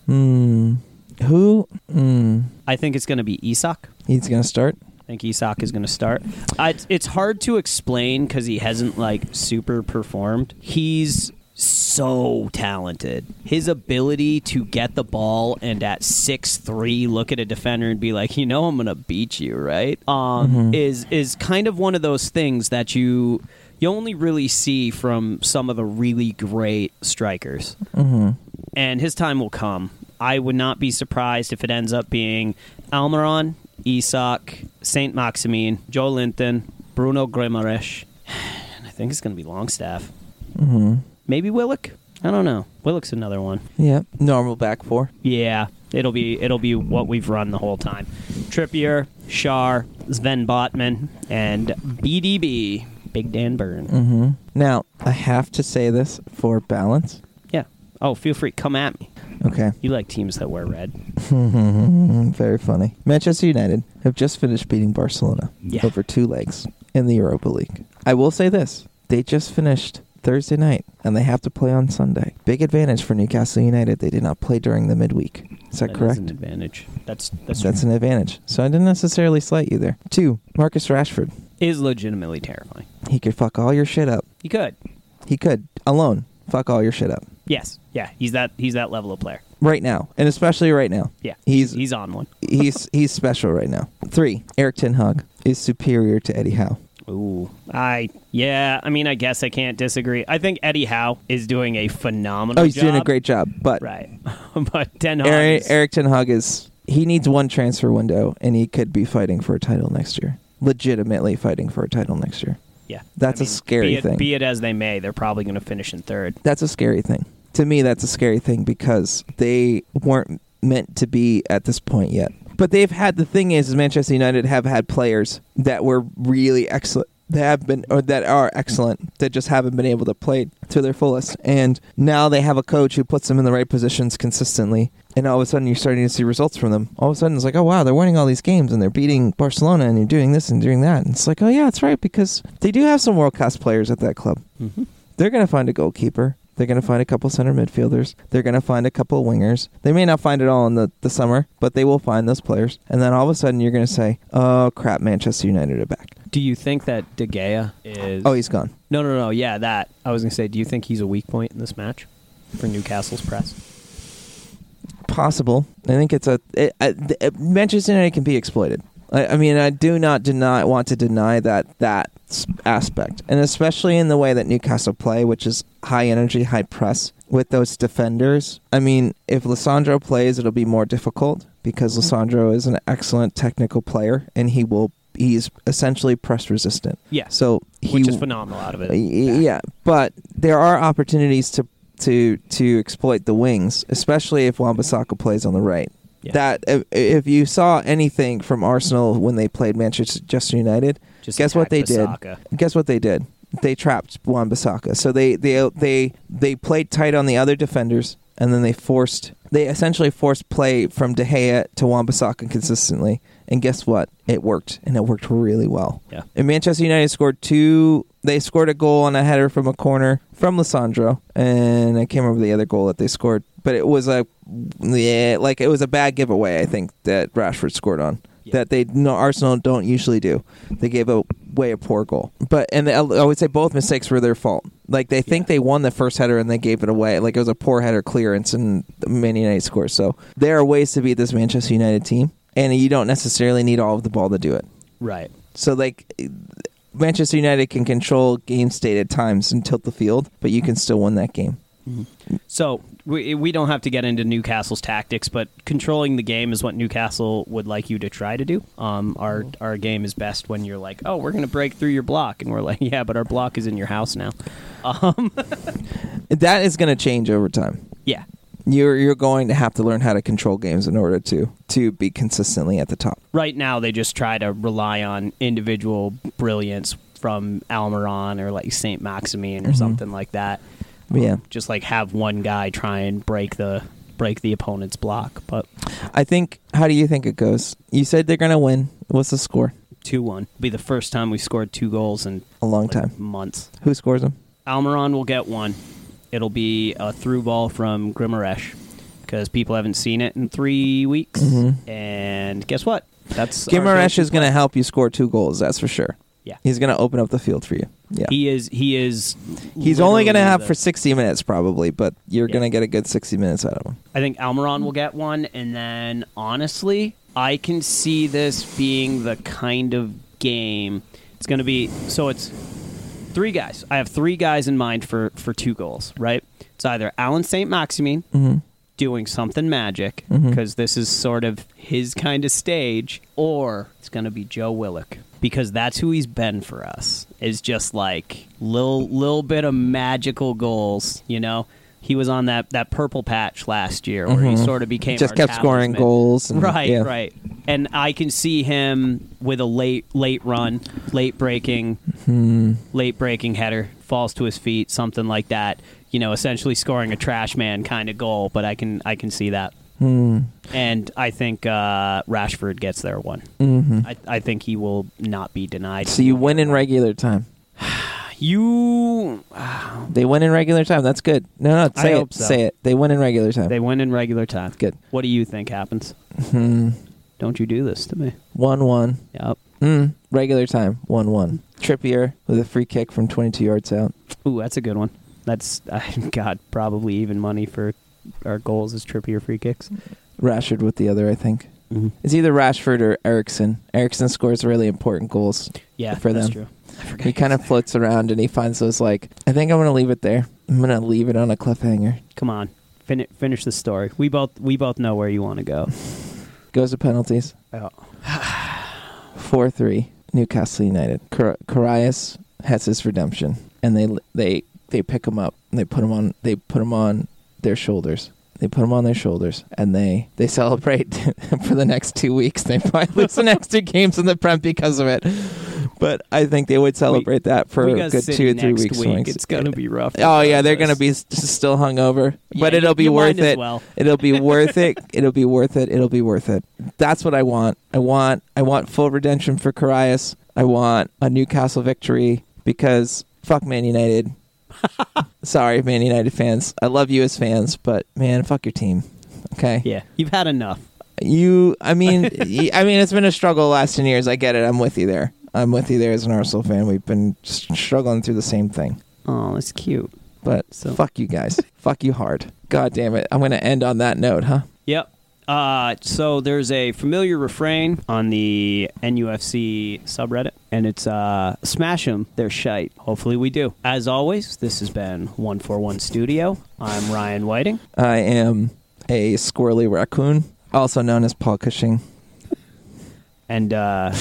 Speaker 2: Who? Mm,
Speaker 1: I think it's going to be Isak.
Speaker 2: he's gonna start.
Speaker 1: I think Isak is going to start. I, it's- it's hard to explain because he hasn't like super performed. He's so talented. His ability to get the ball and at six three look at a defender and be like, you know, I'm going to beat you, right? Um, Is is kind of one of those things that you you only really see from some of the really great strikers and his time will come. I would not be surprised if it ends up being Almiron, Isak, Saint Maximin, Joe Linton, Bruno Grimaresh, and I think it's going to be Longstaff. Mm-hmm. Maybe Willock. I don't know. Willock's another one.
Speaker 2: Yeah, normal back four.
Speaker 1: Yeah, it'll be it'll be what we've run the whole time. Trippier, Shar, Sven Botman, and BDB, Big Dan Byrne.
Speaker 2: Mm-hmm. Now I have to say this for balance.
Speaker 1: Yeah. Oh, feel free come at me.
Speaker 2: Okay.
Speaker 1: You like teams that wear red?
Speaker 2: Mm, Very funny. Manchester United have just finished beating Barcelona
Speaker 1: Yeah.
Speaker 2: over two legs in the Europa League. I will say this they just finished Thursday night and they have to play on Sunday. Big advantage for Newcastle United. They did not play during the midweek. Is that,
Speaker 1: That is
Speaker 2: correct?
Speaker 1: an advantage. That's that's,
Speaker 2: That's an advantage. So I didn't necessarily slight you there. Two, Marcus Rashford.
Speaker 1: is legitimately terrifying.
Speaker 2: He could fuck all your shit up.
Speaker 1: He could.
Speaker 2: He could, alone, fuck all your shit up.
Speaker 1: Yes. Yeah. He's that. He's that level of player.
Speaker 2: Right now, and especially right now.
Speaker 1: Yeah.
Speaker 2: He's-
Speaker 1: he's on one.
Speaker 2: He's he's special right now. Three, Eric Ten Hag is superior to Eddie Howe.
Speaker 1: Ooh. I. Yeah. I mean, I guess I can't disagree. I think Eddie Howe is doing a phenomenal.
Speaker 2: Oh, he's doing a
Speaker 1: job.
Speaker 2: great job, but
Speaker 1: Right. but Ten Hag.
Speaker 2: Eric,
Speaker 1: is-
Speaker 2: Eric Ten Hag is he needs one transfer window, and he could be fighting for a title next year. Legitimately fighting for a title next year.
Speaker 1: Yeah.
Speaker 2: that's a scary
Speaker 1: be it,
Speaker 2: thing.
Speaker 1: Be it as they may, they're probably going to finish in third.
Speaker 2: That's a scary thing to me. That's a scary thing because they weren't meant to be at this point yet. But they've had the thing is, is Manchester United have had players that were really excellent. That have been or that are excellent that just haven't been able to play to their fullest and now they have a coach who puts them in the right positions consistently and all of a sudden you're starting to see results from them all of a sudden it's like oh wow they're winning all these games and they're beating barcelona and you're doing this and doing that and it's like oh yeah that's right because they do have some world-class players at that club they're going to find a goalkeeper. They're going to find a couple center midfielders. They're going to find a couple wingers. They may not find it all in the, the summer, but they will find those players. And then all of a sudden, you're going to say, oh, crap, Manchester United are back.
Speaker 1: Do you think that De Gea is?
Speaker 2: Oh, he's gone.
Speaker 1: no, no, no. Yeah, that. I was going to say. Do you think he's a weak point in this match for Newcastle's press?
Speaker 2: Possible. I think it's a. It, I- th- it- Manchester United can be exploited. I, I mean, I do not deny want to deny that that s- aspect, and especially in the way that Newcastle play, which is high energy, high press with those defenders. I mean, if Lissandro plays, it'll be more difficult because Lissandro is an excellent technical player, and he will. He's essentially press resistant.
Speaker 1: Yeah.
Speaker 2: So he
Speaker 1: Which is phenomenal out of it.
Speaker 2: Y- yeah, but there are opportunities to to to exploit the wings, especially if Wambasaka plays on the right.
Speaker 1: Yeah.
Speaker 2: That if, if you saw anything from Arsenal when they played Manchester United,
Speaker 1: Just
Speaker 2: guess what they
Speaker 1: attack
Speaker 2: did?
Speaker 1: Bissaka.
Speaker 2: Guess what they did? They trapped Juan Bissaka. So they they they they played tight on the other defenders, and then they forced they essentially forced play from De Gea to Juan Bissaka consistently. And guess what? It worked, and it worked really well.
Speaker 1: Yeah.
Speaker 2: And Manchester United scored two. They scored a goal on a header from a corner from Lissandro, and I can't remember the other goal that they scored, but it was a yeah, like it was a bad giveaway. I think that Rashford scored on
Speaker 1: Yeah.
Speaker 2: that they no Arsenal don't usually do. They gave away a poor goal, but and I would say both mistakes were their fault. Like they think they won the first header and they gave it away. Like it was a poor header clearance and Man United scores. So there are ways to beat this Manchester United team, and you don't necessarily need all of the ball to do it.
Speaker 1: Right.
Speaker 2: So like Manchester United can control game state at times and tilt the field, but you can still win that game.
Speaker 1: So we we don't have to get into Newcastle's tactics, but controlling the game is what Newcastle would like you to try to do. Um, our
Speaker 2: Mm-hmm.
Speaker 1: our game is best when you're like, oh, we're gonna break through your block, and we're like, yeah, but our block is in your house now. Um,
Speaker 2: That is going to change over time.
Speaker 1: Yeah,
Speaker 2: You're you're going to have to learn how to control games in order to to be consistently at the top.
Speaker 1: right now they just try to rely on individual brilliance from Almiron or like Saint Maximin or something like that.
Speaker 2: Mm-hmm.
Speaker 1: Um,
Speaker 2: Yeah.
Speaker 1: Just like have one guy try and break the break the opponent's block, but
Speaker 2: I think. How do you think it goes? You said they're gonna win. What's the score?
Speaker 1: two one be the first time we scored two goals in
Speaker 2: A long
Speaker 1: like,
Speaker 2: time.
Speaker 1: months.
Speaker 2: Who scores them?
Speaker 1: Almiron will get one. It'll be a through ball from Grimaresh because people haven't seen it in three weeks. And guess what? That's our go-to
Speaker 2: Gimaresh Mm-hmm. is gonna help you score two goals. That's for sure.
Speaker 1: Yeah.
Speaker 2: He's gonna open up the field for you. Yeah.
Speaker 1: He is. He is.
Speaker 2: He's only gonna
Speaker 1: literally
Speaker 2: have
Speaker 1: the-
Speaker 2: for sixty minutes probably, but you're
Speaker 1: Yeah.
Speaker 2: gonna get a good sixty minutes out of him.
Speaker 1: I think Almiron will get one, and then honestly, I can see this being the kind of game. It's going to be so. It's three guys. I have three guys in mind for for two goals. Right? It's either Alan Saint Maximin
Speaker 2: Mm-hmm.
Speaker 1: doing something magic because this is sort of his kind of stage, or it's going to be Joe Willock because that's who he's been for us. Is just like little little bit of magical goals, you know. He was on that, that purple patch last year where he sort of became
Speaker 2: Mm-hmm. Just
Speaker 1: our
Speaker 2: kept scoring
Speaker 1: talisman.
Speaker 2: goals. and-
Speaker 1: Right,
Speaker 2: yeah.
Speaker 1: right. And I can see him with a late late run, late breaking
Speaker 2: Hmm.
Speaker 1: late breaking header, falls to his feet, something like that. You know, essentially scoring a trash man kind of goal, but I can I can see that.
Speaker 2: Hmm.
Speaker 1: And I think uh, Rashford gets their one. Mm-hmm. I, I think he will not be denied.
Speaker 2: So you win in regular time.
Speaker 1: You
Speaker 2: They win in regular time. That's good. No, no,
Speaker 1: I
Speaker 2: say
Speaker 1: hope
Speaker 2: it.
Speaker 1: so.
Speaker 2: Say it. They win in regular time.
Speaker 1: they win in regular time.
Speaker 2: Good. Hmm.
Speaker 1: What do you think happens? Don't you do this to me?
Speaker 2: one one.
Speaker 1: Yep.
Speaker 2: Mm, regular time. One one. Trippier with a free kick from twenty two yards out.
Speaker 1: Ooh, that's a good one. That's I got probably even money for our goals is Trippier free kicks.
Speaker 2: Rashford with the other, I think. It's either Rashford or Erickson. Erickson scores really important goals.
Speaker 1: Yeah,
Speaker 2: For
Speaker 1: that's
Speaker 2: them.
Speaker 1: true. I forgot
Speaker 2: He kind of floats around and he finds those like, I think I'm gonna leave it there. I'm gonna leave it on a cliffhanger.
Speaker 1: Come on, fin- finish the story. We both we both know where you want to go.
Speaker 2: Goes to penalties.
Speaker 1: Oh.
Speaker 2: Four three. Newcastle United. Car- Carius has his redemption, and they they they pick him up. And they put him on. They put him on their shoulders. They put him on their shoulders, and they they celebrate for the next two weeks. They probably lose the next two games in the Prem because of it. But I think they would celebrate that for
Speaker 1: we
Speaker 2: a
Speaker 1: got
Speaker 2: good
Speaker 1: City
Speaker 2: two or three
Speaker 1: next
Speaker 2: weeks.
Speaker 1: week.
Speaker 2: swings.
Speaker 1: It's gonna be rough.
Speaker 2: Oh yeah, they're
Speaker 1: regardless.
Speaker 2: gonna be s- still hungover, but
Speaker 1: Yeah,
Speaker 2: it'll
Speaker 1: you-
Speaker 2: be
Speaker 1: you
Speaker 2: worth
Speaker 1: might as
Speaker 2: it.
Speaker 1: well.
Speaker 2: It'll be worth it. It'll be worth it. It'll be worth it. That's what I want. I want. I want full redemption for Carius. I want a Newcastle victory because fuck Man United. Sorry, Man United fans. I love you as fans, but man, fuck your team. Okay.
Speaker 1: Yeah, you've had enough.
Speaker 2: You. I mean. y- I mean, it's been a struggle the last ten years. I get it. I'm with you there. I'm with you there as an Arsenal fan. We've been s- struggling through the same thing.
Speaker 1: Oh, that's cute.
Speaker 2: But
Speaker 1: So-
Speaker 2: fuck you guys. fuck you hard. God damn it. I'm going to end on that note, huh?
Speaker 1: Yep. Uh, so there's a familiar refrain on the NUFC subreddit, and it's uh, smash 'em, they're shite. Hopefully we do. As always, this has been 141 Studio. I'm Ryan Whiting.
Speaker 2: I am a squirrely raccoon, also known as Paul Cushing.
Speaker 1: And uh,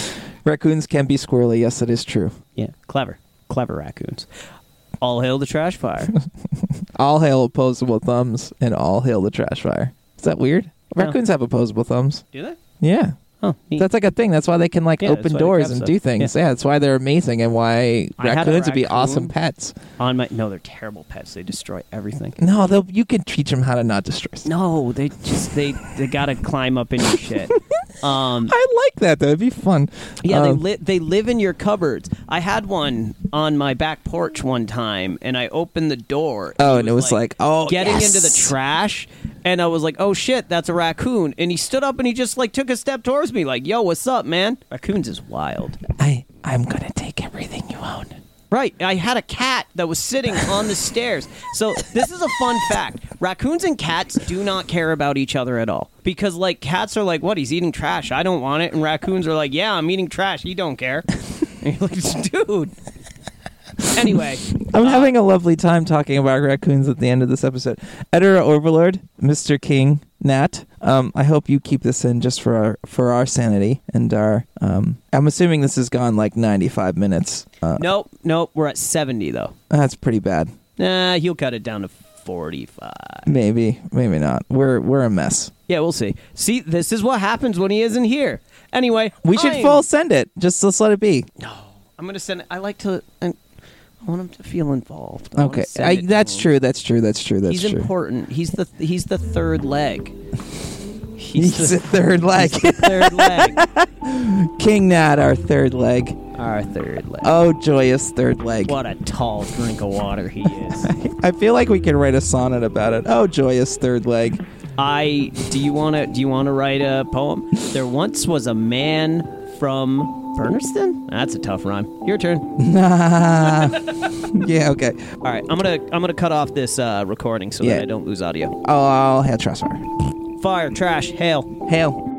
Speaker 2: Raccoons can be squirrely. Yes, it is true.
Speaker 1: yeah, clever, clever raccoons. All hail the trash fire.
Speaker 2: All hail opposable thumbs and all hail the trash fire. Is that weird?
Speaker 1: Oh.
Speaker 2: Raccoons have opposable thumbs.
Speaker 1: Do they?
Speaker 2: Yeah.
Speaker 1: Oh, neat.
Speaker 2: That's like a thing. That's why they can like
Speaker 1: Yeah, that's
Speaker 2: open
Speaker 1: why they
Speaker 2: doors
Speaker 1: grab
Speaker 2: and
Speaker 1: stuff.
Speaker 2: do things. Yeah. that's why they're amazing and why
Speaker 1: I had a
Speaker 2: raccoons would be awesome
Speaker 1: raccoon.
Speaker 2: pets.
Speaker 1: on my no, they're terrible pets. They destroy everything.
Speaker 2: No, they'll, you can teach them how to not destroy. Stuff.
Speaker 1: No, they just they they gotta climb up in your shit. Um,
Speaker 2: I like that though. It'd be fun.
Speaker 1: Yeah,
Speaker 2: Um,
Speaker 1: they li- they live in your cupboards. I had one on my back porch one time, and I opened the door.
Speaker 2: Oh,
Speaker 1: he
Speaker 2: and it was like, oh,
Speaker 1: getting
Speaker 2: yes.
Speaker 1: into the trash, and I was like, oh shit, that's a raccoon. And he stood up and he just like took a step towards me, like, yo, what's up, man? Raccoons is wild,
Speaker 2: I I'm gonna take everything you own.
Speaker 1: right? I had a cat that was sitting on the stairs. So this is a fun fact: raccoons and cats do not care about each other at all because like cats are like, what? He's eating trash. I don't want it. And raccoons are like, yeah, I'm eating trash. He don't care. And you're like, dude. Anyway,
Speaker 2: I'm having a lovely time talking about raccoons at the end of this episode. Editor Overlord, Mr. King, Nat. Um, I hope you keep this in just for our for our sanity and our. Um, I'm assuming this has gone like 95 minutes. Uh,
Speaker 1: nope, nope. We're at seventy though.
Speaker 2: That's pretty bad.
Speaker 1: Nah, he'll cut it down to forty-five.
Speaker 2: Maybe, maybe not. We're we're a mess.
Speaker 1: Yeah, we'll see. See, this is what happens when he isn't here. Anyway,
Speaker 2: We should
Speaker 1: I'm-
Speaker 2: full send it. Just let's let it be.
Speaker 1: I'm gonna send. it- I like to. I, I want him to feel involved. I wanna
Speaker 2: Okay,
Speaker 1: send
Speaker 2: I,
Speaker 1: it to
Speaker 2: that's
Speaker 1: him.
Speaker 2: true. That's true. That's true. That's
Speaker 1: He's
Speaker 2: true.
Speaker 1: important. He's the he's the third leg.
Speaker 2: He's the third leg.
Speaker 1: he's the third leg.
Speaker 2: King Nat, our third leg.
Speaker 1: Our third leg.
Speaker 2: Oh, joyous third leg.
Speaker 1: What a tall drink of water he is.
Speaker 2: I feel like we could write a sonnet about it. Oh, joyous third leg.
Speaker 1: I do you want to do you want to write a poem? There once was a man from Berniston. That's a tough rhyme. Your turn. All
Speaker 2: Yeah, okay.
Speaker 1: right, I'm gonna I'm gonna cut off this uh, recording so
Speaker 2: Yeah.
Speaker 1: that I don't lose audio.
Speaker 2: Oh, I'll hail Tressor.
Speaker 1: Fire, trash, hail.
Speaker 2: Hail.